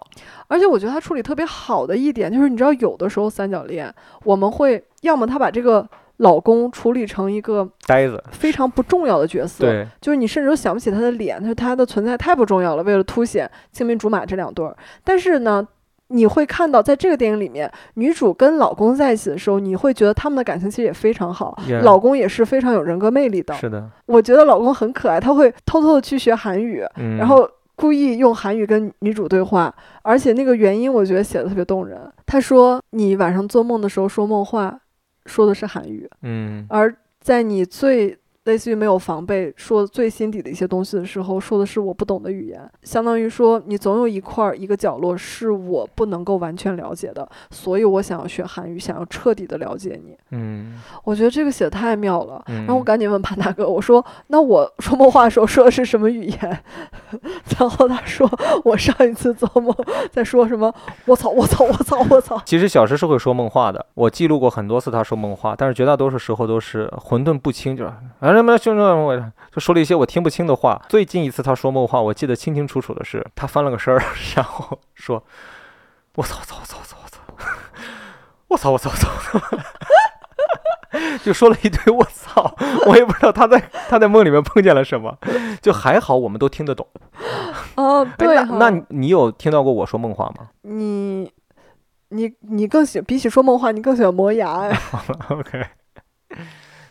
Speaker 3: 而且我觉得他处理特别好的一点就是，你知道，有的时候三角恋我们会要么他把这个老公处理成一个
Speaker 2: 呆子，
Speaker 3: 非常不重要的角色，
Speaker 2: 对
Speaker 3: 就是你甚至都想不起他的脸，就是他的存在太不重要了，为了凸显青梅竹马这两对儿。但是呢，你会看到在这个电影里面，女主跟老公在一起的时候，你会觉得他们的感情其实也非常好
Speaker 2: Yeah
Speaker 3: 老公也是非常有人格魅力的。
Speaker 2: 是的，
Speaker 3: 我觉得老公很可爱，他会偷偷的去学韩语，
Speaker 2: 嗯，
Speaker 3: 然后故意用韩语跟女主对话，而且那个原因我觉得写的特别动人。他说：“你晚上做梦的时候说梦话，说的是韩语。”
Speaker 2: 嗯
Speaker 3: 而在你最类似于没有防备说最心底的一些东西的时候，说的是我不懂的语言，相当于说你总有一块儿一个角落是我不能够完全了解的，所以我想要学韩语，想要彻底的了解你。
Speaker 2: 嗯
Speaker 3: 我觉得这个写的太妙了。
Speaker 2: 嗯，
Speaker 3: 然后我赶紧问潘大哥，我说：“那我说梦话的时候说的是什么语言？” 然后他说：“我上一次做梦在说什么？我操！我操！我操！我操！
Speaker 2: 其实小时是会说梦话的，我记录过很多次他说梦话，但是绝大多数时候都是混沌不清，就是啊什么兄弟们，我就说了一些我听不清的话。最近一次他说梦话，我记得清清楚楚的是，他翻了个身儿， 然后说：“我操，我操，我操，我操，我操，我操，我操，我操。” 就说了一堆我操，我也不知道他在他在梦里面碰见了什么，就还好我们都听得懂。
Speaker 3: 哦，
Speaker 2: 哎
Speaker 3: 对
Speaker 2: 那
Speaker 3: 哈
Speaker 2: 那你你有听到过我说梦话吗
Speaker 3: 你你你更喜比起说梦话，你更喜欢磨牙哎。
Speaker 2: ？OK，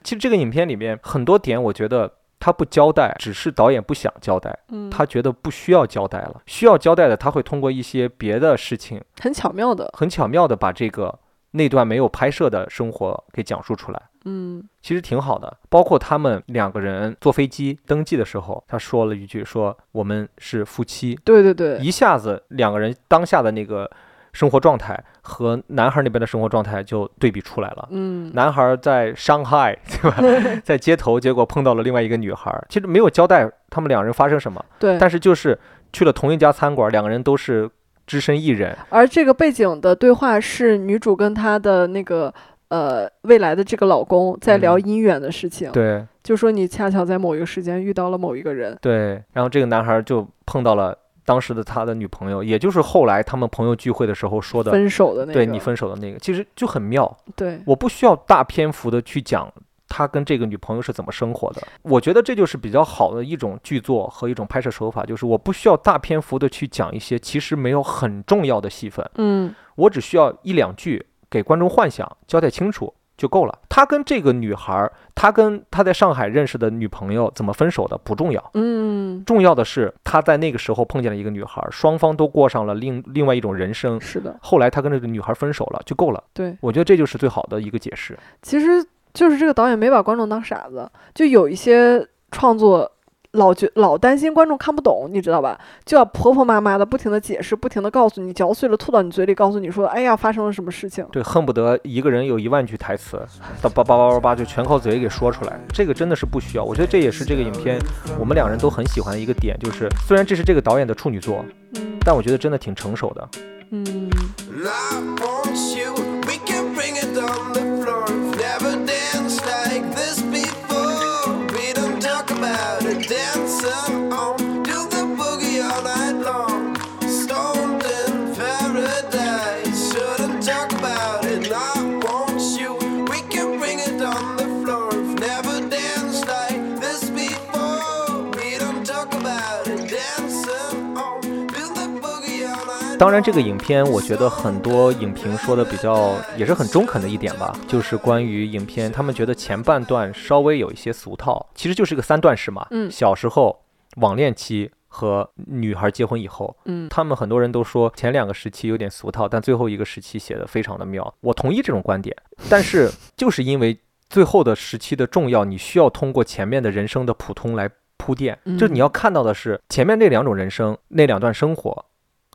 Speaker 2: 其实这个影片里面很多点，我觉得他不交代，只是导演不想交代，
Speaker 3: 嗯，
Speaker 2: 他觉得不需要交代了。需要交代的，他会通过一些别的事情，
Speaker 3: 很巧妙的，
Speaker 2: 很巧妙的把这个那段没有拍摄的生活给讲述出来。
Speaker 3: 嗯
Speaker 2: 其实挺好的，包括他们两个人坐飞机登记的时候，他说了一句说我们是夫妻，，
Speaker 3: 对对对，
Speaker 2: 一下子两个人当下的那个生活状态和男孩那边的生活状态就对比出来了。
Speaker 3: 嗯，
Speaker 2: 男孩儿在上海，对吧？在街头，结果碰到了另外一个女孩儿。其实没有交代他们两人发生什么，
Speaker 3: 对。
Speaker 2: 但是就是去了同一家餐馆，两个人都是只身一人。
Speaker 3: 而这个背景的对话是女主跟她的那个呃未来的这个老公在聊
Speaker 2: 嗯
Speaker 3: 姻缘的事情，
Speaker 2: 对
Speaker 3: 就说你恰巧在某一个时间遇到了某一个人，
Speaker 2: 对，然后这个男孩儿就碰到了当时的他的女朋友，也就是后来他们朋友聚会的时候说的，
Speaker 3: 分手的那个，
Speaker 2: 对你分手的那个，其实就很妙。
Speaker 3: 对
Speaker 2: 我不需要大篇幅的去讲他跟这个女朋友是怎么生活的。我觉得这就是比较好的一种剧作和一种拍摄手法，就是我不需要大篇幅的去讲一些其实没有很重要的戏份，
Speaker 3: 嗯
Speaker 2: 我只需要一两句给观众幻想，交代清楚。就够了。他跟这个女孩儿，他跟他在上海认识的女朋友怎么分手的不重要，
Speaker 3: 嗯，
Speaker 2: 重要的是他在那个时候碰见了一个女孩儿，双方都过上了另另外一种人生。
Speaker 3: 嗯是的，
Speaker 2: 后来他跟这个女孩儿分手了，就够了。
Speaker 3: 对，
Speaker 2: 我觉得这就是最好的一个解释。
Speaker 3: 其实就是这个导演没把观众当傻子，就有一些创作老觉老担心观众看不懂，你知道吧？就要婆婆妈妈的不停的解释，不停的告诉你，嚼碎了吐到你嘴里，告诉你说，哎呀，发生了什么事情。
Speaker 2: 对，恨不得一个人有一万句台词，叭叭叭叭叭叭就全靠嘴给说出来。这个真的是不需要，我觉得这也是这个影片我们两人都很喜欢的一个点，就是虽然这是这个导演的处女作，
Speaker 3: 嗯
Speaker 2: 但我觉得真的挺成熟的。
Speaker 3: 嗯，
Speaker 5: And I want you. We can bring it on the floor. We've Never danced like this before. We don't talk about it. Dance on. Do the boogie all night long. Stoned in paradise. Shouldn't talk about it. And I want you. We can bring it on the floor. We've Never danced like this before. We don't talk about it. Dance on. Do the boogie all night
Speaker 2: 当然，这个影片我觉得很多影评说的比较也是很中肯的一点吧，就是关于影片，他们觉得前半段稍微有一些俗套，其实就是个三段式嘛。
Speaker 3: 嗯
Speaker 2: 小时候、网恋期和女孩结婚以后，
Speaker 3: 嗯
Speaker 2: 他们很多人都说前两个时期有点俗套，但最后一个时期写的非常的妙。我同意这种观点，但是就是因为最后的时期的重要，你需要通过前面的人生的普通来铺垫，
Speaker 3: 嗯
Speaker 2: 就是你要看到的是前面那两种人生，那两段生活，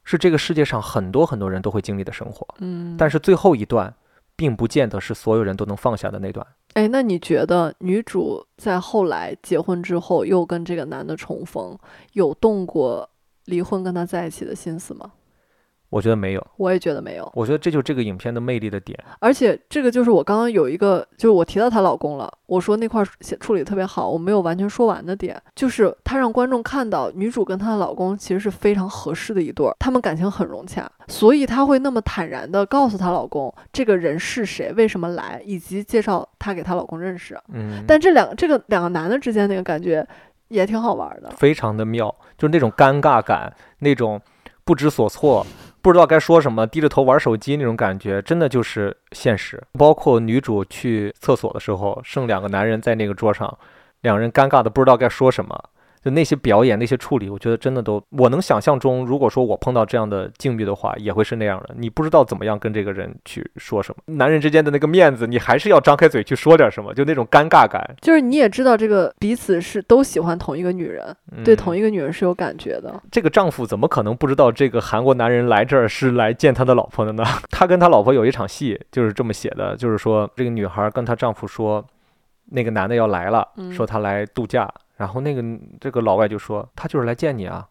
Speaker 2: 是这个世界上很多很多人都会经历的生活，
Speaker 3: 嗯，
Speaker 2: 但是最后一段。并不见得是所有人都能放下的那段。
Speaker 3: 哎，那你觉得女主在后来结婚之后又跟这个男的重逢，有动过离婚跟他在一起的心思吗？
Speaker 2: 我觉得没有，
Speaker 3: 我也觉得没有。
Speaker 2: 我觉得这就是这个影片的魅力的点。
Speaker 3: 而且这个就是我刚刚有一个，就是我提到她老公了，我说那块儿写处理特别好，我没有完全说完的点，就是她让观众看到女主跟她的老公其实是非常合适的一对儿，他们感情很融洽，所以她会那么坦然的告诉她老公这个人是谁，为什么来，以及介绍她给她老公认识。
Speaker 2: 嗯，
Speaker 3: 但这两这个两个男的之间那个感觉也挺好玩儿的，
Speaker 2: 非常的妙，就是那种尴尬感，那种不知所措，不知道该说什么，低着头玩手机那种感觉，真的就是现实。包括女主去厕所的时候，剩两个男人在那个桌上，两人尴尬的不知道该说什么。就那些表演，那些处理，我觉得真的都，我能想象中，如果说我碰到这样的境遇的话，也会是那样的。你不知道怎么样跟这个人去说什么，男人之间的那个面子，你还是要张开嘴去说点什么，就那种尴尬感。
Speaker 3: 就是你也知道这个彼此是都喜欢同一个女人，对同
Speaker 2: 意。
Speaker 3: 一个女人是有感觉的。
Speaker 2: 这个丈夫怎么可能不知道这个韩国男人来这儿是来见他的老婆的呢？ 他跟他老婆有一场戏，就是这么写的，就是说这个女孩跟她丈夫说，那个男的要来了，
Speaker 3: 嗯
Speaker 2: 说他来度假，然后那个这个老外就说他就是来见你啊，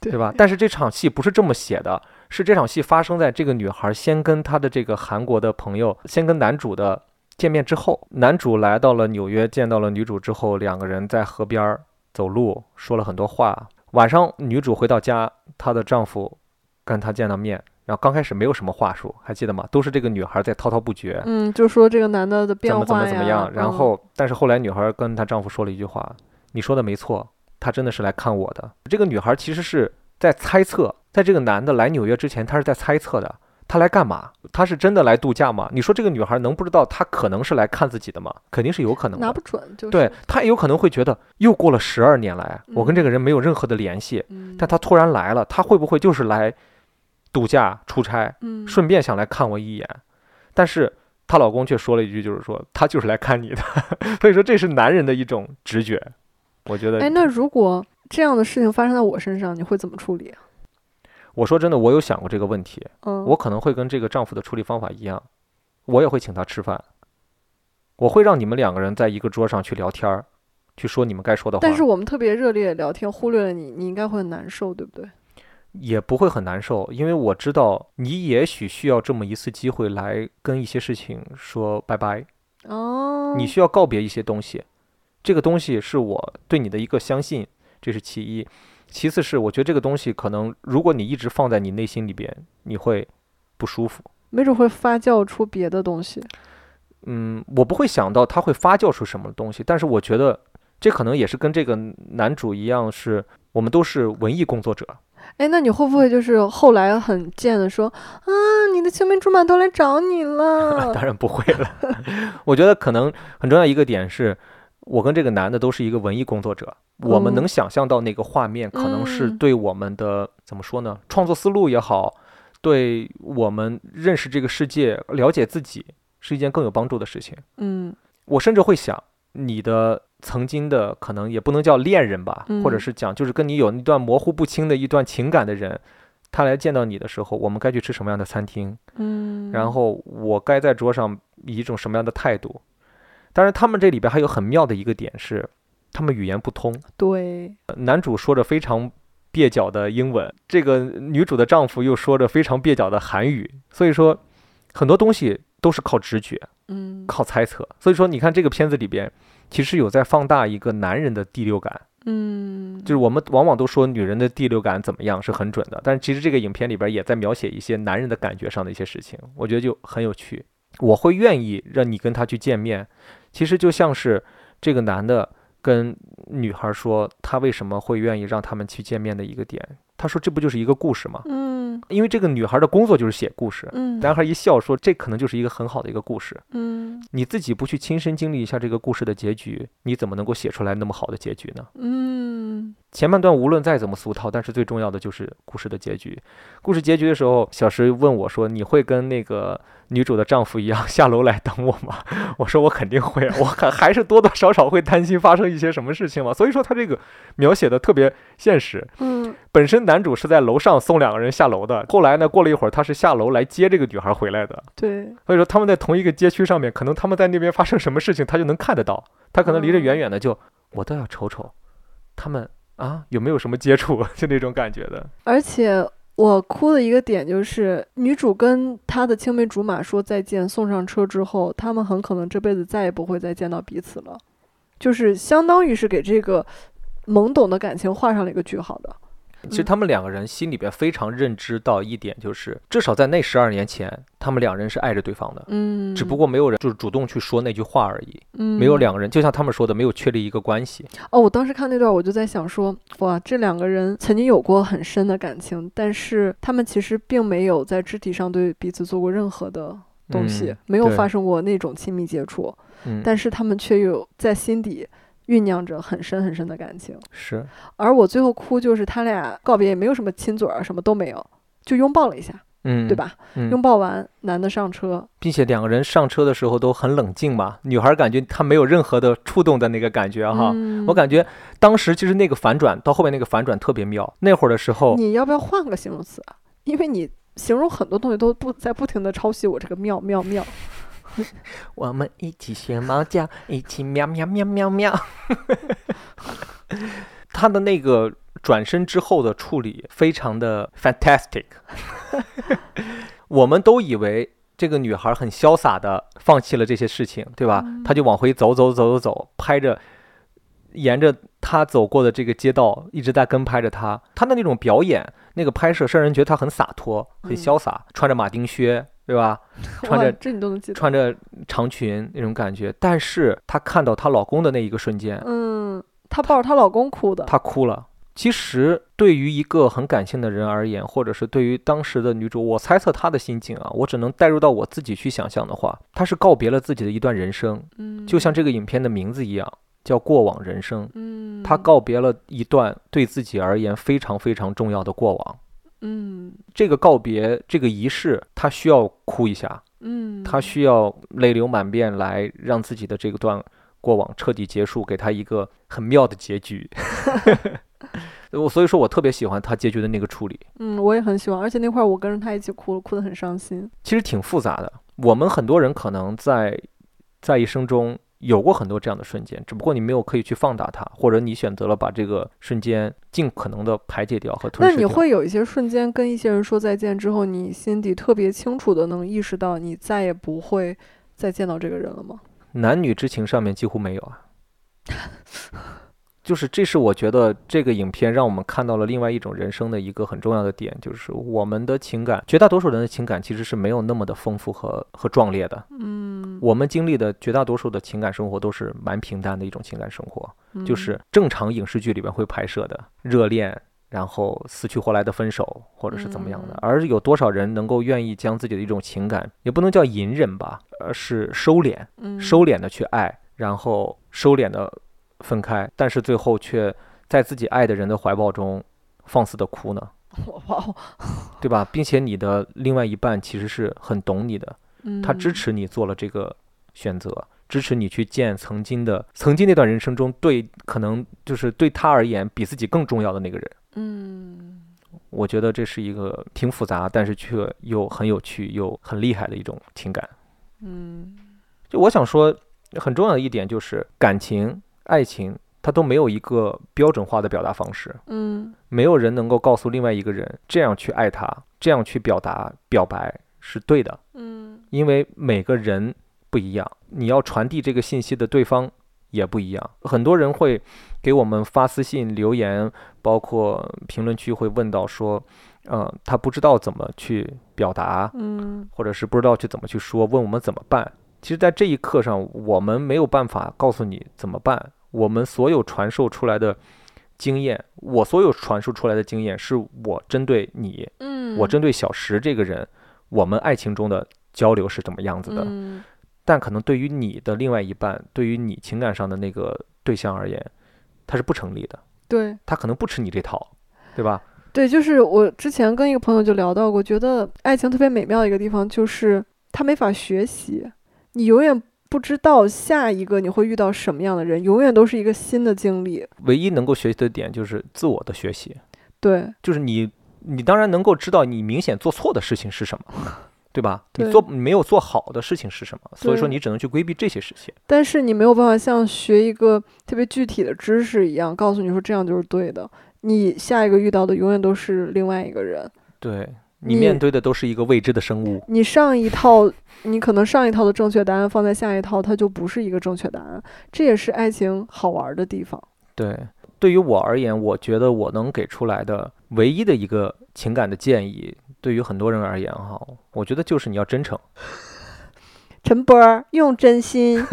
Speaker 3: 对
Speaker 2: 对吧？但是这场戏不是这么写的，是这场戏发生在这个女孩先跟她的这个韩国的朋友，先跟男主的见面之后，男主来到了纽约，见到了女主之后，两个人在河边儿走路，说了很多话。晚上女主回到家，她的丈夫跟她见到面，然后刚开始没有什么话术，还记得吗？都是这个女孩在滔滔不绝，
Speaker 3: 嗯，就说这个男的的变
Speaker 2: 怎
Speaker 3: 化
Speaker 2: 么
Speaker 3: 呀，
Speaker 2: 怎么怎么样。然
Speaker 3: 嗯
Speaker 2: 后，但是后来女孩跟她丈夫说了一句话：“你说的没错，他真的是来看我的。”这个女孩其实是在猜测，在这个男的来纽约之前，她是在猜测的。他来干嘛？他是真的来度假吗？你说这个女孩能不知道他可能是来看自己的吗？肯定是有可能的。
Speaker 3: 拿不准，就是
Speaker 2: 对，他也有可能会觉得，又过了十二年来，我跟这个人没有任何的联系，
Speaker 3: 嗯
Speaker 2: 但他突然来了，他会不会就是来度假出差，
Speaker 3: 嗯
Speaker 2: 顺便想来看我一眼？但是她老公却说了一句，就是说他就是来看你的， 所以说这是男人的一种直觉，我觉
Speaker 3: 哎，
Speaker 2: 得。
Speaker 3: 那如果这样的事情发生在我身上，你会怎么处理啊？
Speaker 2: 我说真的，我有想过这个问题，
Speaker 3: 嗯，
Speaker 2: 我可能会跟这个丈夫的处理方法一样，我也会请他吃饭，我会让你们两个人在一个桌上去聊天儿，去说你们该说的话。
Speaker 3: 但是我们特别热烈聊天，忽略了你，你应该会很难受，对不对？
Speaker 2: 也不会很难受，因为我知道你也许需要这么一次机会来跟一些事情说拜拜，
Speaker 3: 哦，
Speaker 2: 你需要告别一些东西，这个东西是我对你的一个相信，这是其一。其次是我觉得这个东西可能，如果你一直放在你内心里边，你会不舒服。
Speaker 3: 没准会发酵出别的东西。
Speaker 2: 嗯，我不会想到它会发酵出什么东西，但是我觉得这可能也是跟这个男主一样是，我们都是文艺工作者，
Speaker 3: 哎，那你会不会就是后来很贱的说啊，你的青梅竹马都来找你了？
Speaker 2: 当然不会 了。我觉得可能很重要一个点是，我跟这个男的都是一个文艺工作者，我们
Speaker 3: 嗯
Speaker 2: 能想象到那个画面，可能是
Speaker 3: 嗯
Speaker 2: 对我们的、怎么说呢，创作思路也好，对我们认识这个世界、了解自己是一件更有帮助的事情。
Speaker 3: 嗯
Speaker 2: 我甚至会想，你的曾经的可能也不能叫恋人吧，或者
Speaker 3: 嗯
Speaker 2: 是讲就是跟你有一段模糊不清的一段情感的人，他来见到你的时候，我们该去吃什么样的餐厅？
Speaker 3: 嗯，
Speaker 2: 然后我该在桌上以一种什么样的态度？当然，他们这里边还有很妙的一个点是，他们语言不通，
Speaker 3: 对，
Speaker 2: 呃男主说着非常蹩脚的英文，这个女主的丈夫又说着非常蹩脚的韩语，所以说很多东西都是靠直觉、
Speaker 3: 嗯
Speaker 2: 靠猜测。所以说，你看这个片子里边，其实有在放大一个男人的第六感，
Speaker 3: 嗯，
Speaker 2: 就是我们往往都说女人的第六感怎么样是很准的，但是其实这个影片里边也在描写一些男人的感觉上的一些事情，我觉得就很有趣。我会愿意让你跟他去见面，其实就像是这个男的跟女孩说他为什么会愿意让他们去见面的一个点。他说这不就是一个故事吗？
Speaker 3: 嗯
Speaker 2: 因为这个女孩的工作就是写故事。
Speaker 3: 嗯
Speaker 2: 男孩一笑说这可能就是一个很好的一个故事。
Speaker 3: 嗯
Speaker 2: 你自己不去亲身经历一下这个故事的结局，你怎么能够写出来那么好的结局呢？
Speaker 3: 嗯
Speaker 2: 前半段无论再怎么俗套，但是最重要的就是故事的结局。故事结局的时候，小石问我说：“你会跟那个女主的丈夫一样下楼来等我吗？” 我说：“我肯定会，我还还是多多少少会担心发生一些什么事情嘛。”所以说他这个描写的特别现实。
Speaker 3: 嗯
Speaker 2: 本身男主是在楼上送两个人下楼的，后来呢，过了一会儿他是下楼来接这个女孩回来的。
Speaker 3: 对，
Speaker 2: 所以说他们在同一个街区上面，可能他们在那边发生什么事情，他就能看得到。他可能离着远远的就，我 倒要瞅瞅，他们啊有没有什么接触，就那种感觉的。
Speaker 3: 而且我哭的一个点就是，女主跟她的青梅竹马说再见，送上车之后，他们很可能这辈子再也不会再见到彼此了，就是相当于是给这个懵懂的感情画上了一个句号的。
Speaker 2: 嗯其
Speaker 3: 嗯
Speaker 2: 实他们两个人心里边非常认知到一点，就是至少在那十二年前，他们两人是爱着对方的，
Speaker 3: 嗯，
Speaker 2: 只不过没有人就是主动去说那句话而已。没有两个人，就像他们说的，没有确立一个关系。
Speaker 3: 哦，我当时看那段，我就在想说，哇，这两个人曾经有过很深的感情，但是他们其实并没有在肢体上对彼此做过任何的东西，
Speaker 2: 嗯
Speaker 3: 没有
Speaker 2: 对
Speaker 3: 发生过那种亲密接触，
Speaker 2: 嗯，
Speaker 3: 但是他们却有在心底酝酿着很深很深的感情。
Speaker 2: 是
Speaker 3: 而我最后哭，就是他俩告别也没有什么亲嘴儿，什么都没有，就拥抱了一下，
Speaker 2: 嗯，
Speaker 3: 对？吧？
Speaker 2: 嗯
Speaker 3: 拥，抱完，男的上车，
Speaker 2: 并且两个人上车的时候都很冷静嘛，女孩感觉她没有任何的触动的那个感觉啊哈。
Speaker 3: 嗯
Speaker 2: 我感觉当时其实那个反转到后面那个反转特别妙。那会儿的时候，
Speaker 3: 你要不要换个形容词啊？因为你形容很多东西都不在不停的抄袭我这个妙妙 妙。
Speaker 2: 我们一起学猫叫，一起喵喵喵喵喵。他的那个转身之后的处理非常的 fantastic，我们都以为这个女孩很潇洒的放弃了这些事情，对吧？她就往回走走走走走，拍着沿着她走过的这个街道一直在跟拍着她。她的那种表演，那个拍摄，让人觉得她很洒脱、很
Speaker 3: 嗯
Speaker 2: 潇洒，穿着马丁靴，对吧？穿
Speaker 3: 哇
Speaker 2: 着
Speaker 3: 这你都能记得，
Speaker 2: 穿着长裙那种感觉，但是她看到她老公的那一个瞬间，
Speaker 3: 嗯，她抱着她老公哭的，
Speaker 2: 她哭了。其实对于一个很感性的人而言，或者是对于当时的女主，我猜测她的心境啊，我只能带入到我自己去想象的话，她是告别了自己的一段人生，
Speaker 3: 嗯，
Speaker 2: 就像这个影片的名字一样，叫《过往人生》。
Speaker 3: 嗯，
Speaker 2: 她告别了一段对自己而言非常非常重要的过往。
Speaker 3: 嗯
Speaker 2: 这个告别，这个仪式，她需要哭一下，
Speaker 3: 嗯，
Speaker 2: 他需要泪流满面来让自己的这个段过往彻底结束，给他一个很妙的结 局。我所以说我特别喜欢他结局的那个处理，
Speaker 3: 嗯，我也很喜欢，而且那块儿我跟着他一起哭了，哭得很伤心。
Speaker 2: 其实挺复杂的。我们很多人可能在在一生中有过很多这样的瞬间，只不过你没有刻意去放大它，或者你选择了把这个瞬间尽可能的排解掉和吞
Speaker 3: 那
Speaker 2: 噬掉。
Speaker 3: 你会有一些瞬间跟一些人说再见之后，你心底特别清楚的能意识到你再也不会再见到这个人了吗？
Speaker 2: 男女之情上面几乎没有啊。 就是这是我觉得这个影片让我们看到了另外一种人生的一个很重要的点，就是我们的情感，绝大多数人的情感其实是没有那么的丰富和和壮烈的。
Speaker 3: 嗯，
Speaker 2: 我们经历的绝大多数的情感生活都是蛮平淡的一种情感生活，
Speaker 3: 嗯
Speaker 2: 就是正常影视剧里边会拍摄的热恋，然后死去活来的分手，或者是怎么样的
Speaker 3: 嗯。
Speaker 2: 而有多少人能够愿意将自己的一种情感，也不能叫隐忍吧，而是收敛，
Speaker 3: 嗯
Speaker 2: 收敛的去爱，然后收敛的分开，但是最后却在自己爱的人的怀抱中放肆的哭呢，
Speaker 3: 哇哦，
Speaker 2: 对吧？并且你的另外一半其实是很懂你的，
Speaker 3: 嗯
Speaker 2: 他支持你做了这个选择，支持你去见曾经的曾经那段人生中对可能就是对他而言比自己更重要的那个人。
Speaker 3: 嗯，
Speaker 2: 我觉得这是一个挺复杂，但是却又很有趣又很厉害的一种情感。
Speaker 3: 嗯
Speaker 2: 就我想说，很重要的一点就是感情、爱情，它都没有一个标准化的表达方式，
Speaker 3: 嗯嗯
Speaker 2: 没有人能够告诉另外一个人这样去爱他，这样去表达表白是对的，
Speaker 3: 嗯
Speaker 2: 因为每个人不一样，你要传递这个信息的对方也不一样。很多人会给我们发私信、留言，包括评论区会问到说，呃，他不知道怎么去表达，
Speaker 3: 嗯
Speaker 2: 或者是不知道去怎么去说，问我们怎么办。其实，在这一刻上，我们没有办法告诉你怎么办。我们所有传授出来的经验，我所有传授出来的经验，是我针对你，
Speaker 3: 嗯，
Speaker 2: 我针对小石这个人，我们爱情中的交流是怎么样子的。
Speaker 3: 嗯
Speaker 2: 但可能对于你的另外一半，对于你情感上的那个对象而言，它是不成立的，
Speaker 3: 对。
Speaker 2: 他可能不吃你这套，对吧？
Speaker 3: 对，就是我之前跟一个朋友就聊到过，觉得爱情特别美妙的一个地方就是它没法学习，你永远不知道下一个你会遇到什么样的人，永远都是一个新的经历。
Speaker 2: 唯一能够学习的点就是自我的学习。
Speaker 3: 对，
Speaker 2: 就是你，你当然能够知道你明显做错的事情是什么，对吧？你
Speaker 3: 对
Speaker 2: 做你没有做好的事情是什么，所以说
Speaker 3: 对
Speaker 2: 你只能去规避这些事情。
Speaker 3: 但是你没有办法像学一个特别具体的知识一样，告诉你说这样就是对的。你下一个遇到的永远都是另外一个人，
Speaker 2: 对你
Speaker 3: 你
Speaker 2: 面对的都是一个未知的生物，
Speaker 3: 你上一套，你可能上一套的正确答案放在下一套，它就不是一个正确答案。这也是爱情好玩的地方。
Speaker 2: 对，对于我而言，我觉得我能给出来的唯一的一个情感的建议，对于很多人而言哈，我觉得就是你要真诚，
Speaker 3: 陈波儿用真 心，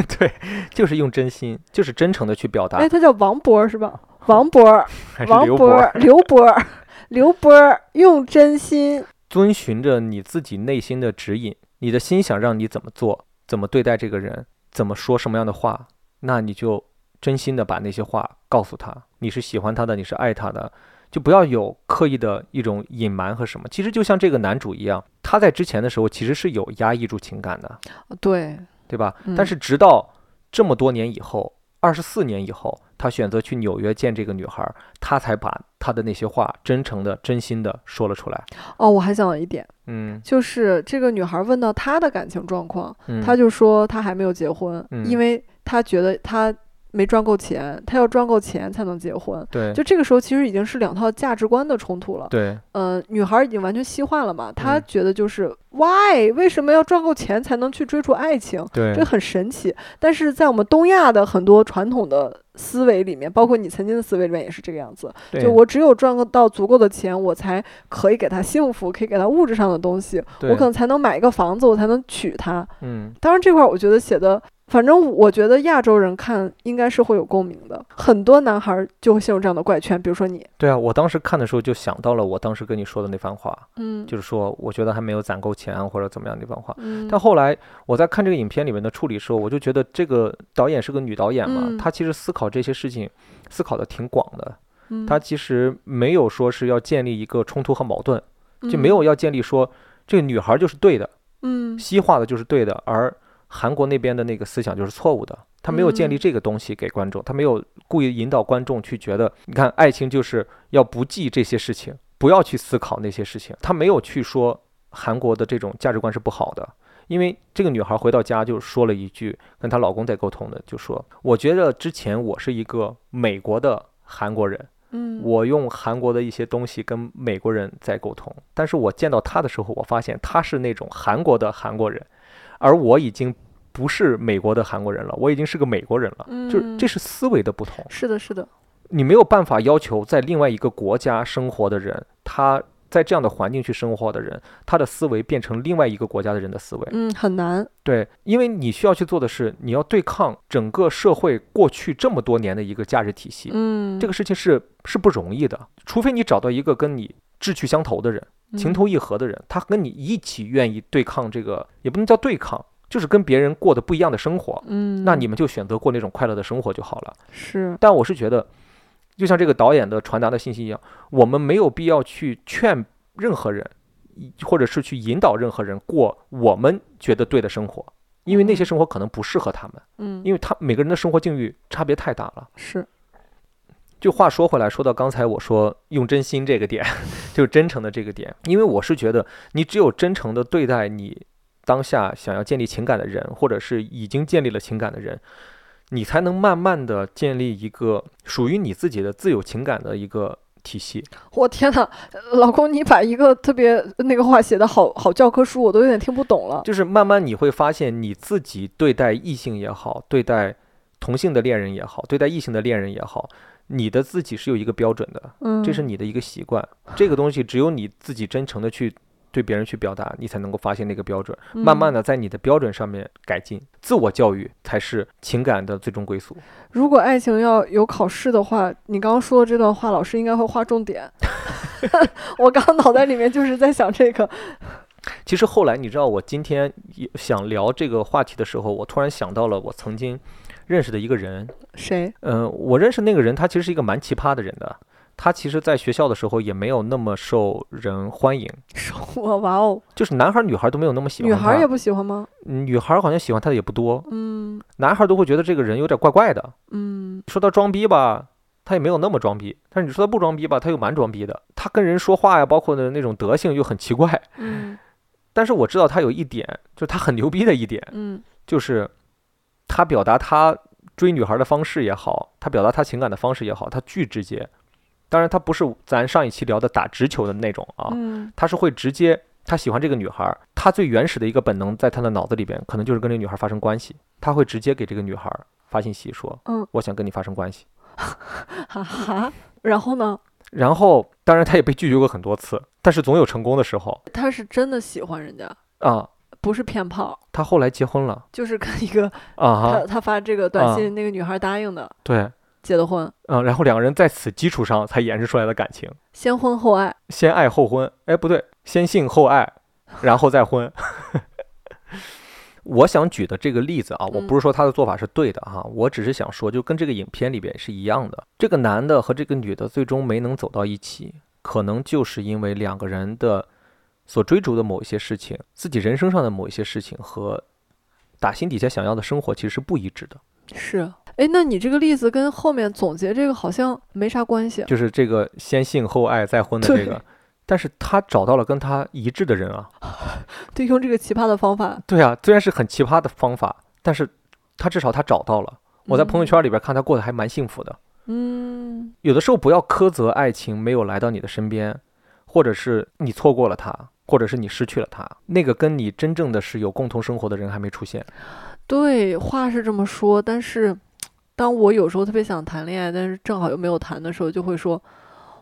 Speaker 2: 就是用真心，就是真诚的去表达
Speaker 3: 哎，，他叫王波儿是吧？王波儿，
Speaker 2: 还是
Speaker 3: 王
Speaker 2: 刘
Speaker 3: 波
Speaker 2: 博
Speaker 3: 儿，刘波儿，刘波儿用真心。
Speaker 2: 遵循着你自己内心的指引，你的心想让你怎么做，怎么对待这个人，怎么说什么样的话，那你就真心的把那些话告诉他。你是喜欢他的，你是爱他的，就不要有刻意的一种隐瞒和什么。其实就像这个男主一样，他在之前的时候其实是有压抑住情感的，
Speaker 3: 对，
Speaker 2: 对吧？
Speaker 3: 嗯
Speaker 2: 但是直到这么多年以后，二十四年以后，他选择去纽约见这个女孩，他才把他的那些话真诚的、真心的说了出来。
Speaker 3: 哦，我还想到一点，
Speaker 2: 嗯，
Speaker 3: 就是这个女孩问到她的感情状况，
Speaker 2: 嗯
Speaker 3: 她就说她还没有结婚，
Speaker 2: 嗯
Speaker 3: 因为她觉得她没赚够钱，她要赚够钱才能结婚。
Speaker 2: 对
Speaker 3: 就这个时候，其实已经是两套价值观的冲突了。
Speaker 2: 对
Speaker 3: 呃，女孩已经完全西化了嘛，她
Speaker 2: 嗯
Speaker 3: 觉得就是 why 为什么要赚够钱才能去追逐爱情？
Speaker 2: 对
Speaker 3: 这很神奇。但是在我们东亚的很多传统的思维里面，包括你曾经的思维里面也是这个样子。
Speaker 2: 对
Speaker 3: 就我只有赚到足够的钱，我才可以给她幸福，可以给她物质上的东西，
Speaker 2: 对
Speaker 3: 我可能才能买一个房子，我才能娶她。
Speaker 2: 嗯
Speaker 3: 当然这块儿我觉得写的，反正我觉得亚洲人看应该是会有共鸣的。很多男孩儿就会陷入这样的怪圈，比如说你，
Speaker 2: 对啊，我当时看的时候就想到了我当时跟你说的那番话，
Speaker 3: 嗯，
Speaker 2: 就是说我觉得还没有攒够钱啊或者怎么样那番话。
Speaker 3: 嗯
Speaker 2: 但后来我在看这个影片里面的处理时候，我就觉得这个导演是个女导演嘛，
Speaker 3: 嗯
Speaker 2: 她其实思考这些事情思考的挺广的，
Speaker 3: 嗯
Speaker 2: 她其实没有说是要建立一个冲突和矛盾，就没有要建立说这个女孩就是对的，
Speaker 3: 嗯，嗯，
Speaker 2: 西化的就是对的，而韩国那边的那个思想就是错误的。他没有建立
Speaker 3: 嗯
Speaker 2: 这个东西给观众，他没有故意引导观众去觉得，你看爱情就是要不计这些事情，不要去思考那些事情。他没有去说韩国的这种价值观是不好的，因为这个女孩回到家就说了一句，跟她老公在沟通的，就说我觉得之前我是一个美国的韩国人，
Speaker 3: 嗯，
Speaker 2: 我用韩国的一些东西跟美国人在沟通，但是我见到他的时候，我发现他是那种韩国的韩国人，而我已经不是美国的韩国人了，我已经是个美国人了。就是这
Speaker 3: 嗯
Speaker 2: 是思维的不同，
Speaker 3: 是的，是的，
Speaker 2: 你没有办法要求在另外一个国家生活的人，他在这样的环境去生活的人，他的思维变成另外一个国家的人的思维。
Speaker 3: 嗯，很难，
Speaker 2: 对，因为你需要去做的是，你要对抗整个社会过去这么多年的一个价值体系。
Speaker 3: 嗯，
Speaker 2: 这
Speaker 3: 个
Speaker 2: 个事情是是不容易的，除非你找到一个跟你志趣相投的人、
Speaker 3: 嗯
Speaker 2: 情投意合的人，他跟你一起愿意对抗这个，也不能叫对抗，就是跟别人过的不一样的生活，
Speaker 3: 嗯，嗯，
Speaker 2: 那你们就选择过那种快乐的生活就好了。
Speaker 3: 是，
Speaker 2: 但我是觉得，就像这个导演的传达的信息一样，我们没有必要去劝任何人，以或者是去引导任何人过我们觉得对的生活，因为那些
Speaker 3: 嗯
Speaker 2: 生活可能不适合他们，
Speaker 3: 嗯，
Speaker 2: 因为他每个人的生活境遇差别太大了。
Speaker 3: 是，
Speaker 2: 就话说回来，说到刚才我说用真心这个点， 就是真诚的这个点，因为我是觉得你只有真诚的对待你当下想要建立情感的人，或者是已经建立了情感的人，你才能慢慢的建立一个属于你自己的自有情感的一个体系。
Speaker 3: 我天呐，老公，你把一个特别那个话写的好好教科书，我都有点听不懂了。
Speaker 2: 就是慢慢你会发现，你自己对待异性也好，对待同性的恋人也好，对待异性的恋人也好，你的自己是有一个标准的。
Speaker 3: 嗯，
Speaker 2: 这是你的一个习惯。这个东西只有你自己真诚的去对别人去表达，你才能够发现那个标准，慢慢
Speaker 3: 的。
Speaker 2: 的在你的标准上面改进。自我教育才是情感的最终归宿。
Speaker 3: 如果爱情要有考试的话，你刚刚说的这段话，老师应该会划 重点。我刚刚脑袋里面就是在想这个，
Speaker 2: 其实后来你知道，我今天也想聊这个话题的时候，我突然想到了我曾经认识的一个人。
Speaker 3: 谁？
Speaker 2: 嗯、我认识那个人，他其实是一个蛮奇葩的人的。他其实，在学校的时候也没有那么受人欢迎，
Speaker 3: 说我哇哦，
Speaker 2: 就是男孩儿女孩儿都没有那么喜欢
Speaker 3: 女
Speaker 2: 他。
Speaker 3: 孩儿也不喜欢吗？
Speaker 2: 嗯女孩儿好像喜欢他的也不多，
Speaker 3: 嗯
Speaker 2: 男孩儿都会觉得这个人有点怪怪的。
Speaker 3: 嗯
Speaker 2: 说他装逼吧，他也没有那么装逼；但是你说他不装逼吧，他又蛮装逼的。他跟人说话呀，包括的那种德性又很奇怪。
Speaker 3: 嗯
Speaker 2: 但是我知道他有一点，就是他很牛逼的一点，
Speaker 3: 嗯
Speaker 2: 就是他表达他追女孩的方式也好，他表达他情感的方式也好，他巨直接。当然，他不是咱上一期聊的打直球的那种啊，
Speaker 3: 嗯
Speaker 2: 他是会直接他喜欢这个女孩儿，他最原始的一个本能在他的脑子里边，可能就是跟这个女孩发生关系，他会直接给这个女孩儿发信息说，
Speaker 3: 嗯，
Speaker 2: 我想跟你发生关系。
Speaker 3: 哈哈。然后呢，
Speaker 2: 然后，当然他也被拒绝过很多次，但是总有成功的时候
Speaker 3: 他是真的喜欢人家，
Speaker 2: 啊。
Speaker 3: 不是骗炮，
Speaker 2: 他后来结婚了
Speaker 3: 就是跟一个
Speaker 2: 啊
Speaker 3: 他
Speaker 2: 哈，
Speaker 3: 他发这个短信那个女孩答应的
Speaker 2: 对，
Speaker 3: 结的婚，
Speaker 2: 嗯，然后两个人在此基础上才衍生出来的感情，
Speaker 3: 先婚后爱。
Speaker 2: 先爱后婚，哎，不对，先性后 爱，然后再婚。 我想举的这个例子啊，我不是说他的做法是对的哈、我只是想说，就跟这个影片里边是一样的，这个男的和这个女的最终没能走到一起，可能就是因为两个人的所追逐的某一些事情，自己人生上的某一些事情和打心底下想要的生活其实是不一致的。
Speaker 3: 是，哎，那你这个例子跟后面总结这个好像没啥关系。啊
Speaker 2: 就是这个先性后爱再婚的这
Speaker 3: 对
Speaker 2: 个，但是他找到了跟他一致的人啊，
Speaker 3: 对，用这个奇葩的方法，
Speaker 2: 对啊，虽然是很奇葩的方法，但是他至少他找到了。我在朋友圈里边看他过得还蛮幸福的。
Speaker 3: 嗯，
Speaker 2: 有的时候不要苛责爱情没有来到你的身边，或者是你错过了他，或者是你失去了他，那个跟你真正的是有共同生活的人还没出现。
Speaker 3: 对，话是这么说，但是当我有时候特别想谈恋爱，但是正好又没有谈的时候，就会说，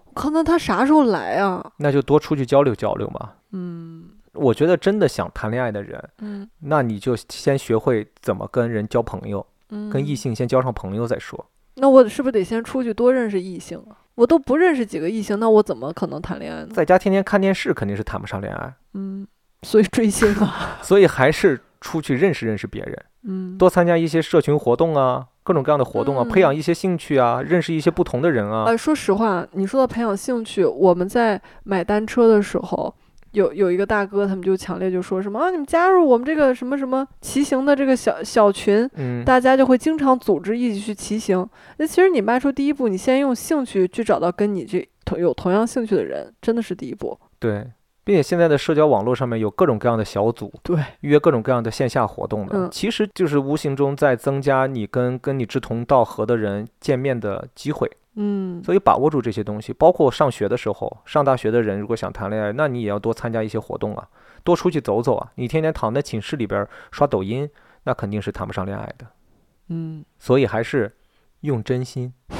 Speaker 3: 我靠，那他啥时候来啊？
Speaker 2: 那就多出去交流交流嘛。
Speaker 3: 嗯
Speaker 2: 我觉得真的想谈恋爱的人，
Speaker 3: 嗯
Speaker 2: 那你就先学会怎么跟人交朋友，
Speaker 3: 嗯，
Speaker 2: 跟异。性先交上朋友再说。
Speaker 3: 那我是不是得先出去多认识异性啊？我都不认识几个异性，那我怎么可能谈恋爱呢？
Speaker 2: 在家天天看电视肯定是谈不上恋爱，
Speaker 3: 嗯，所以追星啊，
Speaker 2: 所以还是出去认识认识别人。
Speaker 3: 嗯，
Speaker 2: 多参加一些社群活动啊，各种各样的活动啊，
Speaker 3: 嗯
Speaker 2: 培养一些兴趣啊，认识一些不同的人啊。
Speaker 3: 啊，说实话，你说到培养兴趣，我们在买单车的时候，有有一个大哥，他们就强烈就说什么啊，你们加入我们这个什么什么骑行的这个小小群，
Speaker 2: 嗯，
Speaker 3: 大家就会经常组织一起去骑行。那其实你迈出第一步，你先用兴趣去找到跟你这同有同样兴趣的人，真的是第一步。
Speaker 2: 对，并且现在的社交网络上面有各种各样的小组，
Speaker 3: 对，
Speaker 2: 约各种各样的线下活动的，
Speaker 3: 嗯
Speaker 2: 其实就是无形中在增加你跟跟你志同道合的人见面的机会。
Speaker 3: 嗯，
Speaker 2: 所以把握住这些东西，包括上学的时候，上大学的人如果想谈恋爱，那你也要多参加一些活动啊，多出去走走啊。你天天躺在寝室里边儿刷抖音，那肯定是谈不上恋爱的。
Speaker 3: 嗯，
Speaker 2: 所以还是用真心。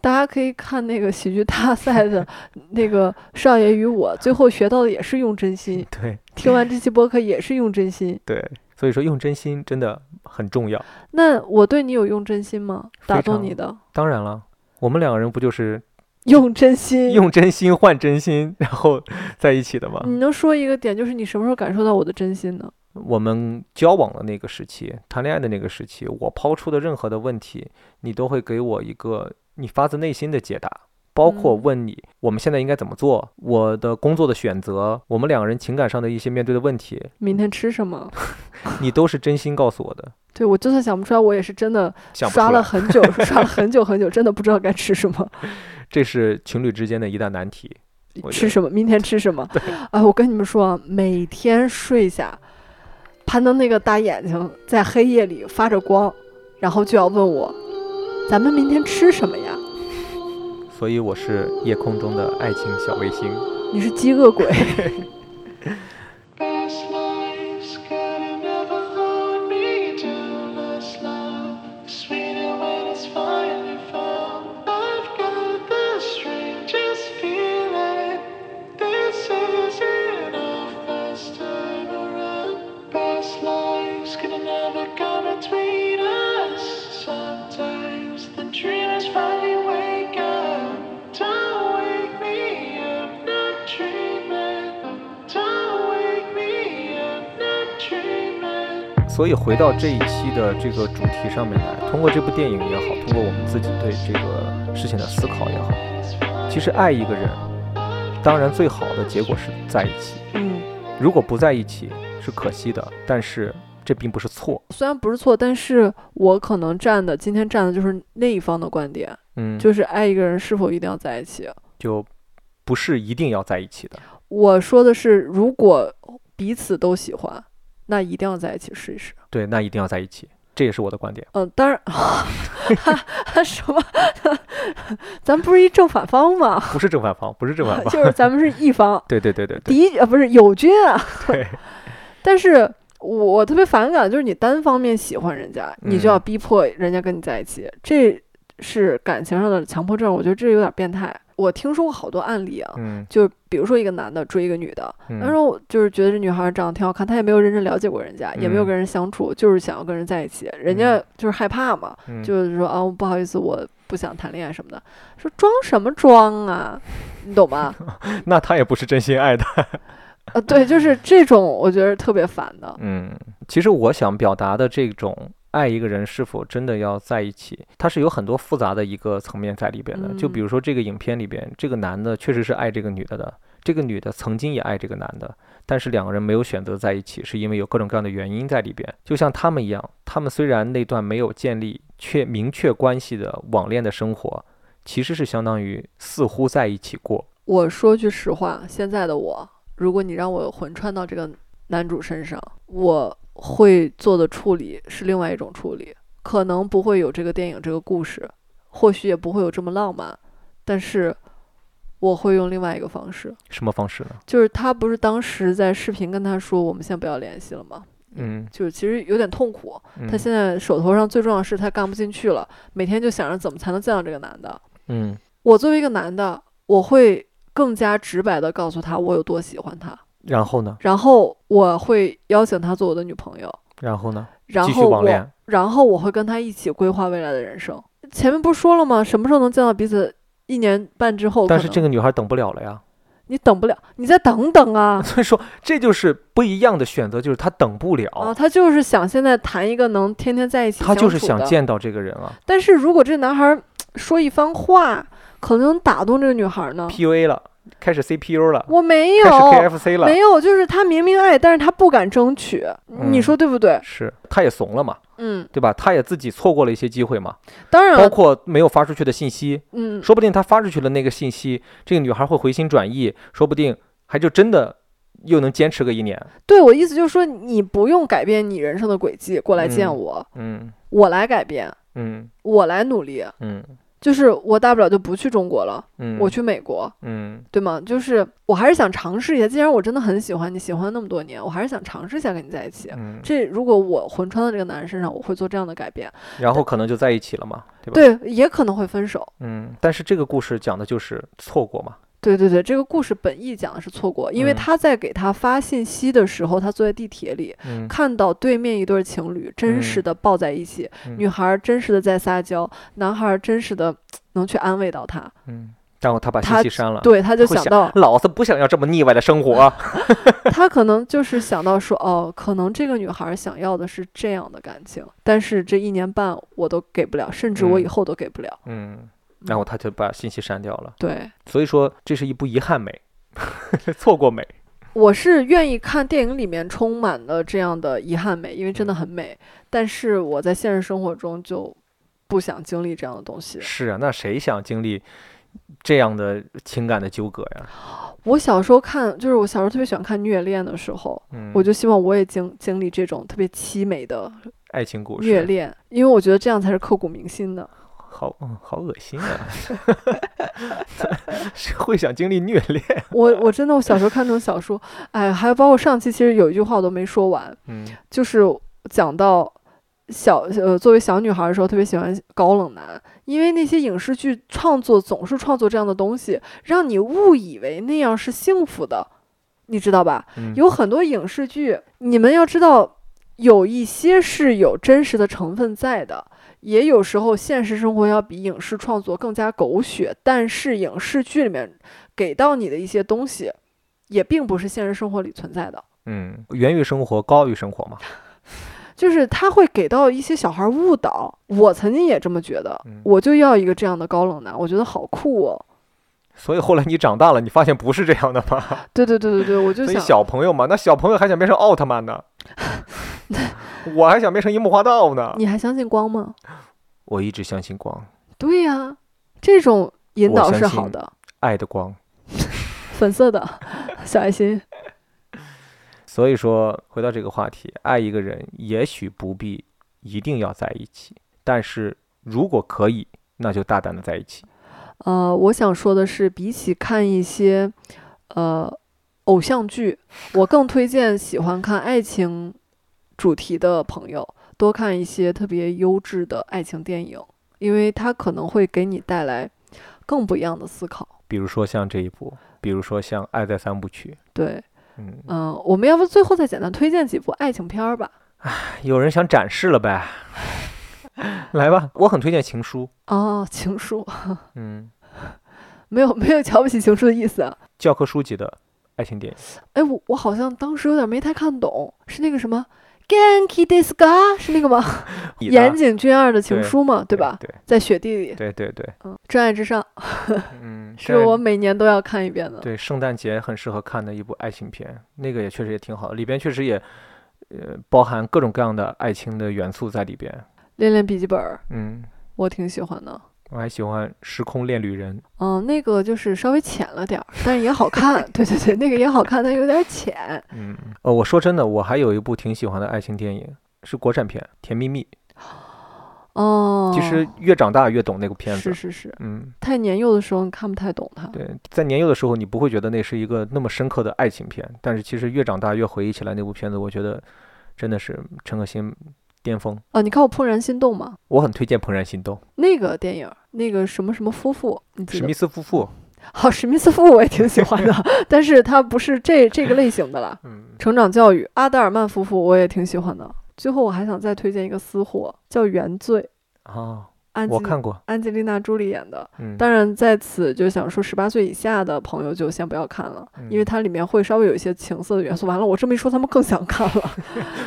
Speaker 3: 大家可以看那个喜剧大赛的那个《少爷与我》，最后学到的也是用真心。
Speaker 2: 对
Speaker 3: 听完这期播客也是用真心。
Speaker 2: 对，所以说用真心真的很重要。
Speaker 3: 那我对你有用真心吗？打
Speaker 2: 非
Speaker 3: 动
Speaker 2: 常
Speaker 3: 你的
Speaker 2: 当然了，我们两个人不就是
Speaker 3: 用真心。
Speaker 2: 用啊真心换真心，然后在一起的吗？
Speaker 3: 你能说一个点，就是你什么时候感受到我的真心呢？
Speaker 2: 我们交往的那个时期，谈恋爱的那个时期，我抛出的任何的问题，你都会给我一个你发自内心的解答，包括
Speaker 3: 嗯
Speaker 2: 问你我们现在应该怎么做，我的工作的选择，我们两个人情感上的一些面对的问题，
Speaker 3: 明天吃什么？
Speaker 2: 你都是真心告诉我的。
Speaker 3: 对我就算想不出来，我也是真的
Speaker 2: 想不出
Speaker 3: 刷了
Speaker 2: 来，
Speaker 3: 很久，刷了很久很久，真的不知道该吃什么，
Speaker 2: 这是情侣之间的一大难题。 我觉
Speaker 3: 吃
Speaker 2: 得
Speaker 3: 什么，明天吃什么。啊，我跟你们说啊，每天睡下，攀登那个大眼睛在黑夜里发着光，然后就要问我，咱们明天吃什么呀？
Speaker 2: 所以我是夜空中的爱情小卫星。
Speaker 3: 你是饥 饿鬼。
Speaker 6: Past lives couldn't ever hold me down. Lost love, sweeter when it's finally found. I've got the strangest feeling. This isn't our first time around. Past lives couldn't ever come between us. Sometimes the dreamers finally wake up. Don't wake me up, not dreaming. Don't wake me up, not dreaming.
Speaker 2: 所以回到这一期的这个主题上面来，通过这部电影也好，通过我们自己对这个事情的思考也好，其实爱一个人，当然最好的结果是在一起。
Speaker 3: 嗯，
Speaker 2: 如果不在一起是可惜的，但是这并不是错。
Speaker 3: 虽然不是错，但是我可能站的今天站的就是那一方的观点，
Speaker 2: 嗯，
Speaker 3: 就是爱一个人是否一定要在一起。
Speaker 2: 就不是一定要在一起的。
Speaker 3: 我说的是，如果彼此都喜欢，那一定要在一起试一试。
Speaker 2: 对，那一定要在一起。这也是我的观点。
Speaker 3: 嗯，当然， 什么？咱不是一正反方吗？
Speaker 2: 不是正反方，不是正反方。
Speaker 3: 就是咱们是一方，
Speaker 2: 对对对对对
Speaker 3: 敌啊不是友军啊。
Speaker 2: 对，
Speaker 3: 但是我我特别反感，就是你单方面喜欢人家，你就
Speaker 2: 嗯
Speaker 3: 要逼迫人家跟你在一起，这是感情上的强迫症。我觉得这有点变态。我听说过好多案例啊，
Speaker 2: 嗯
Speaker 3: 就比如说一个男的追一个女的，
Speaker 2: 嗯
Speaker 3: 那时候我就是觉得这女孩长得挺好看，她也没有认真了解过人家，也没有
Speaker 2: 嗯
Speaker 3: 跟人相处，就是想要跟人在一起，人家就是害怕嘛，
Speaker 2: 嗯
Speaker 3: 就是说啊，我不好意思，我不想谈恋爱什么的，说装什么装啊，你 懂吗？
Speaker 2: 那他也不是真心爱的。
Speaker 3: 啊，对，就是这种，我觉得特别烦的。
Speaker 2: 嗯，其实我想表达的这种爱一个人是否真的要在一起，它是有很多复杂的一个层面在里边的。就比
Speaker 3: 嗯
Speaker 2: 如说这个影片里边，这个男的确实是爱这个女的的，这个女的曾经也爱这个男的，但是两个人没有选择在一起，是因为有各种各样的原因在里边。就像他们一样，他们虽然那段没有建立确明确关系的网恋的生活，其实是相当于似乎在一起过。
Speaker 3: 我说句实话，现在的我，如果你让我魂穿到这个男主身上，我会做的处理是另外一种处理，可能不会有这个电影这个故事，或许也不会有这么浪漫，但是我会用另外一个方式，
Speaker 2: 什么方式呢？
Speaker 3: 就是他不是当时在视频跟他说我们现在不要联系了吗？
Speaker 2: 嗯，
Speaker 3: 就是其实有点痛苦，他
Speaker 2: 嗯
Speaker 3: 现在手头上最重要的事他干不进去了，每天就想着怎么才能见到这个男的，
Speaker 2: 嗯
Speaker 3: 我作为一个男的，我会更加直白的告诉他我有多喜欢他，
Speaker 2: 然后呢？
Speaker 3: 然后我会邀请他做我的女朋友，
Speaker 2: 然后呢？
Speaker 3: 然
Speaker 2: 继续
Speaker 3: 后
Speaker 2: 网
Speaker 3: 我
Speaker 2: 恋。
Speaker 3: 然后我会跟他一起规划未来的人生。前面不是说了吗？什么时候能见到彼此？一年半之后可能，
Speaker 2: 但是这个女孩等不了了呀，
Speaker 3: 你等不了，你再等等啊
Speaker 2: 所以说这就是不一样的选择，就是她等不了，
Speaker 3: 啊！他就是想现在谈一个能天天在一起
Speaker 2: 她哦就是
Speaker 3: 相
Speaker 2: 想
Speaker 3: 处的
Speaker 2: 见到这个人啊
Speaker 3: 但是如果这男孩儿说一番话，可能能打动这个女孩儿呢。
Speaker 2: ，PUA 了，开始 CPU 了，
Speaker 3: 我哦没有，
Speaker 2: 啊开始 KFC 了
Speaker 3: 没，有，就是他明明爱，但是他不敢争取，你
Speaker 2: 嗯
Speaker 3: 说对不对？
Speaker 2: 是，她也怂了嘛，
Speaker 3: 嗯，
Speaker 2: 对吧？她也自己错过了一些机会嘛，
Speaker 3: 当然
Speaker 2: 包
Speaker 3: 了，
Speaker 2: 括没有发出去的信息，
Speaker 3: 嗯，
Speaker 2: 说不定她发出去了那个信息，这个女孩会回心转意，说不定还就真的又能坚持个一年，
Speaker 3: 对我意思就是说，你不用改变你人生的轨迹过来见
Speaker 2: 嗯
Speaker 3: 我，
Speaker 2: 嗯
Speaker 3: 我来改变，
Speaker 2: 嗯
Speaker 3: 我来努力。
Speaker 2: 嗯
Speaker 3: 就是我大不了就不去中国了，
Speaker 2: 嗯，
Speaker 3: 我去美国，
Speaker 2: 嗯
Speaker 3: 对吗？就是我还是想尝试一下，既然我真的很喜欢你，喜欢那么多年，我还是想尝试一下跟你在一起。
Speaker 2: 嗯，
Speaker 3: 这如果我魂穿到这个男人身上，我会做这样的改变，
Speaker 2: 然后可能就在一起了嘛，对吧？
Speaker 3: 对，也可能会分手。
Speaker 2: 嗯，但是这个故事讲的就是错过嘛，
Speaker 3: 对对对，这个故事本意讲的是错过，因为
Speaker 2: 嗯
Speaker 3: 他在给他发信息的时候，他坐在地铁里，
Speaker 2: 嗯
Speaker 3: 看到对面一对情侣真实的抱在一起，
Speaker 2: 嗯
Speaker 3: 女孩真实的在撒娇，男孩真实的能去安慰到她，
Speaker 2: 嗯，然后他把信
Speaker 3: 他
Speaker 2: 息删了，
Speaker 3: 对，他就
Speaker 2: 会
Speaker 3: 想
Speaker 2: 想
Speaker 3: 到，
Speaker 2: 老子不想要这么腻歪的生活。
Speaker 3: 他可能就是想到说，哦，可能这个女孩想要的是这样的感情，但是这一年半我都给不了，甚至我以
Speaker 2: 嗯
Speaker 3: 后都给不了。
Speaker 2: 嗯，然后他就把信息删掉了。
Speaker 3: 对，
Speaker 2: 所以说，这是一部遗憾美， 错过美。
Speaker 3: 我是愿意看电影里面充满了这样的遗憾美，因为真的很美，但是我在现实生活中就不想经历这样的东西。
Speaker 2: 是啊，那谁想经历这样的情感的纠葛呀？
Speaker 3: 我小时候看，就是我小时候特别喜欢看虐恋的时候，
Speaker 2: 嗯，
Speaker 3: 我就希望我也经经历这种特别凄美的
Speaker 2: 爱情故
Speaker 3: 虐
Speaker 2: 事，
Speaker 3: 恋，因为我觉得这样才是刻骨铭心的。
Speaker 2: 好，嗯，好恶心啊！ 谁会想经历虐恋？
Speaker 3: 我我真的我小时候看这种小说，哎，还有包括上期其实有一句话我都没说完，
Speaker 2: 嗯
Speaker 3: 就是讲到小呃作为小女孩的时候特别喜欢高冷男，因为那些影视剧创作总是创作这样的东西，让你误以为那样是幸福的，你知道吧？
Speaker 2: 嗯，
Speaker 3: 有很多影视剧，你们要知道，有一些是有真实的成分在的，也有时候现实生活要比影视创作更加狗血，但是影视剧里面给到你的一些东西，也并不是现实生活里存在的，
Speaker 2: 嗯，源于生活，高于生活嘛。
Speaker 3: 就是他会给到一些小孩误导。我曾经也这么觉得
Speaker 2: 嗯，
Speaker 3: 我就要一个这样的高冷男，我觉得好酷哦。
Speaker 2: 所以后来你长大了，你发现不是这样的吗？
Speaker 3: 对对对对对，我就
Speaker 2: 所以
Speaker 3: 想，
Speaker 2: 小朋友嘛，那小朋友还想变成奥特曼 呢，我还想变成樱木花道呢。
Speaker 3: 你还相信光吗？
Speaker 2: 我一直相信光，
Speaker 3: 对呀、这种引
Speaker 2: 我
Speaker 3: 导
Speaker 2: 相
Speaker 3: 是好
Speaker 2: 信
Speaker 3: 的，
Speaker 2: 爱的光。
Speaker 3: 粉色的 小爱心。
Speaker 2: 所以说，回到这个话题，爱一个人也许不必一定要在一起，但是如果可以，那就大胆的在一起。
Speaker 3: 呃，我想说的是，比起看一些呃偶像剧，我更推荐喜欢看爱情主题的朋友多看一些特别优质的爱情电影，因为它可能会给你带来更不一样的思考。
Speaker 2: 比如说像这一部，比如说像《爱在三部曲》，
Speaker 3: 对，
Speaker 2: 嗯，
Speaker 3: 嗯、我们要不最后再简单推荐几部爱情片儿吧？
Speaker 2: 有人想展示了 呗，来吧，我很推荐《情书》，
Speaker 3: 哦，《情书》
Speaker 2: 嗯，
Speaker 3: 没有没有瞧不起《情书》的意思啊。
Speaker 2: 教科书级的爱情电影，
Speaker 3: 哎，我我好像当时有点没太看懂，是那个什么 “Genki d i s c a 是那个吗？
Speaker 2: 以的
Speaker 3: 岩井俊二的情
Speaker 2: 对
Speaker 3: 书嘛，对
Speaker 2: 对
Speaker 3: 吧？
Speaker 2: 对
Speaker 3: 在雪地里，
Speaker 2: 对对对，
Speaker 3: 嗯，真爱至上
Speaker 2: 嗯，
Speaker 3: 是
Speaker 2: 但
Speaker 3: 我每年都要看一遍的。
Speaker 2: 对圣诞节很适合看的一部爱情片，那个也确实也挺好的，里边确实也呃包含各种各样的爱情的元素在里边。
Speaker 3: 恋恋笔记本儿
Speaker 2: 嗯，
Speaker 3: 我挺喜欢的，
Speaker 2: 我还喜欢《时空恋旅人》，
Speaker 3: 嗯，那个就是稍微浅了点儿，但也 好看。对对对，那个也好看，但有点浅。
Speaker 2: 嗯，呃，我说真的，我还有一部挺喜欢的爱情电影，是国产片《甜蜜蜜
Speaker 3: 哦，》。
Speaker 2: 其实越长大越懂那个片子
Speaker 3: 是。是是，
Speaker 2: 嗯，
Speaker 3: 太年幼的时候你看不太懂它。
Speaker 2: 对，在年幼的时候你不会觉得那是一个那么深刻的爱情片，但是其实越长大越回忆起来那部片子，我觉得真的是陈可辛巅峰。
Speaker 3: 哦，你看我《怦然心动》吗？
Speaker 2: 我很推荐《怦然心动
Speaker 3: 那个电影儿，那个什么什么夫妇，你》，记
Speaker 2: 史
Speaker 3: 得
Speaker 2: 密斯夫妇。
Speaker 3: 好，史密斯夫我也挺喜欢的， 但是他不是这这个类型的啦。
Speaker 2: 嗯，
Speaker 3: 成长教育，阿德尔曼夫妇我也挺喜欢的。最后我还想再推荐一个私货，叫《原罪》，
Speaker 2: 哦，
Speaker 3: 安吉
Speaker 2: 我看过。
Speaker 3: 安吉丽娜·朱莉演的。
Speaker 2: 嗯，
Speaker 3: 当然，在此就想说，十八岁以下的朋友就先不要看了，因为
Speaker 2: 嗯
Speaker 3: 它里面会稍微有一些情色的元素。完了，我这么一说，他们更想看 了。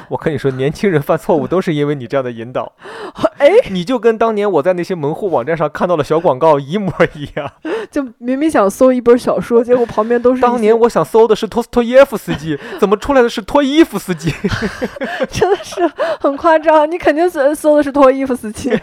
Speaker 2: 我跟你说，年轻人犯错误都是因为你这样的引导，
Speaker 3: 哎，
Speaker 2: 你就跟当年我在那些门户网站上看到的小广告一模一 样。
Speaker 3: 就明明想搜一本小说，结果旁边都是一
Speaker 2: 当
Speaker 3: 些
Speaker 2: 年我想搜的是托斯托耶夫斯基，怎么出来的是脱衣服司机？
Speaker 3: 真的是很夸张，你肯定搜搜的是脱衣服司机。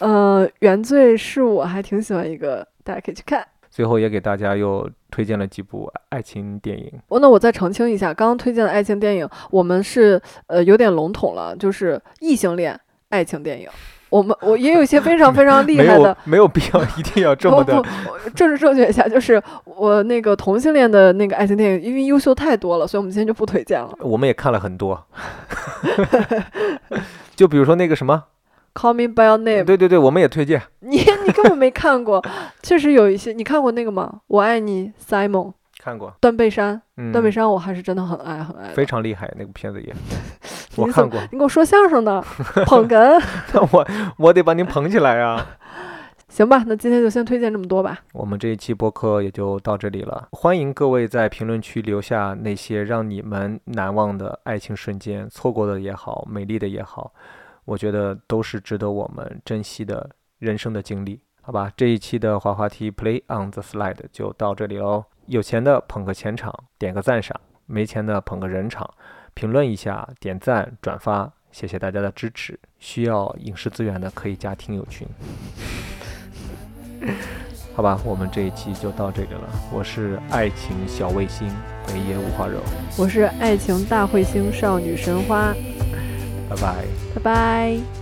Speaker 3: 呃，原罪是我还挺喜欢一个，大家可以去看。
Speaker 2: 最后也给大家又推荐了几部爱情电影。
Speaker 3: 哦，那我再澄清一下，刚刚推荐的爱情电影，我们是呃有点笼统了，就是异性恋爱情电影。我们我也有一些非常 非常厉
Speaker 2: 没
Speaker 3: 害的哦
Speaker 2: 有，没有必要一定要这
Speaker 3: 不
Speaker 2: 么
Speaker 3: 不
Speaker 2: 的，
Speaker 3: 我政治正确一下，就是我那个同性恋的那个爱情电影，因为优秀太多了，所以我们今天就不推荐了。
Speaker 2: 我们也看了很 多。就比如说那个什么，
Speaker 3: Call me by your name，
Speaker 2: 对对对，我们也推荐。
Speaker 3: 你你根本没看过，确实有一些。你看过那个吗？我爱你，Simon，
Speaker 2: 看过，
Speaker 3: 断背山，
Speaker 2: 嗯，
Speaker 3: 断背山，我还是真的很爱很爱的。
Speaker 2: 非常厉害，那个片子也， 我
Speaker 3: 你怎
Speaker 2: 看
Speaker 3: 么
Speaker 2: 过。
Speaker 3: 你给我说相声呢，捧哏，
Speaker 2: 那我我得把您捧起来啊！
Speaker 3: 行吧？那今天就先推荐这么多吧。
Speaker 2: 我们这一期播客也就到这里了，欢迎各位在评论区留下那些让你们难忘的爱情瞬间，错过的也好，美丽的也好，我觉得都是值得我们珍惜的人生的经历，好吧？这一期的滑滑梯 Play on the Slide 就到这里喽，有钱的捧个钱场，点个赞赏；没钱的捧个人场，评论一下，点赞转发，谢谢大家的支持。需要影视资源的可以加听友群。好吧，我们这一期就到这里了。我是爱情小卫星北野五花肉，
Speaker 3: 我是爱情大彗星少女神花，
Speaker 2: 拜拜。
Speaker 3: 拜拜。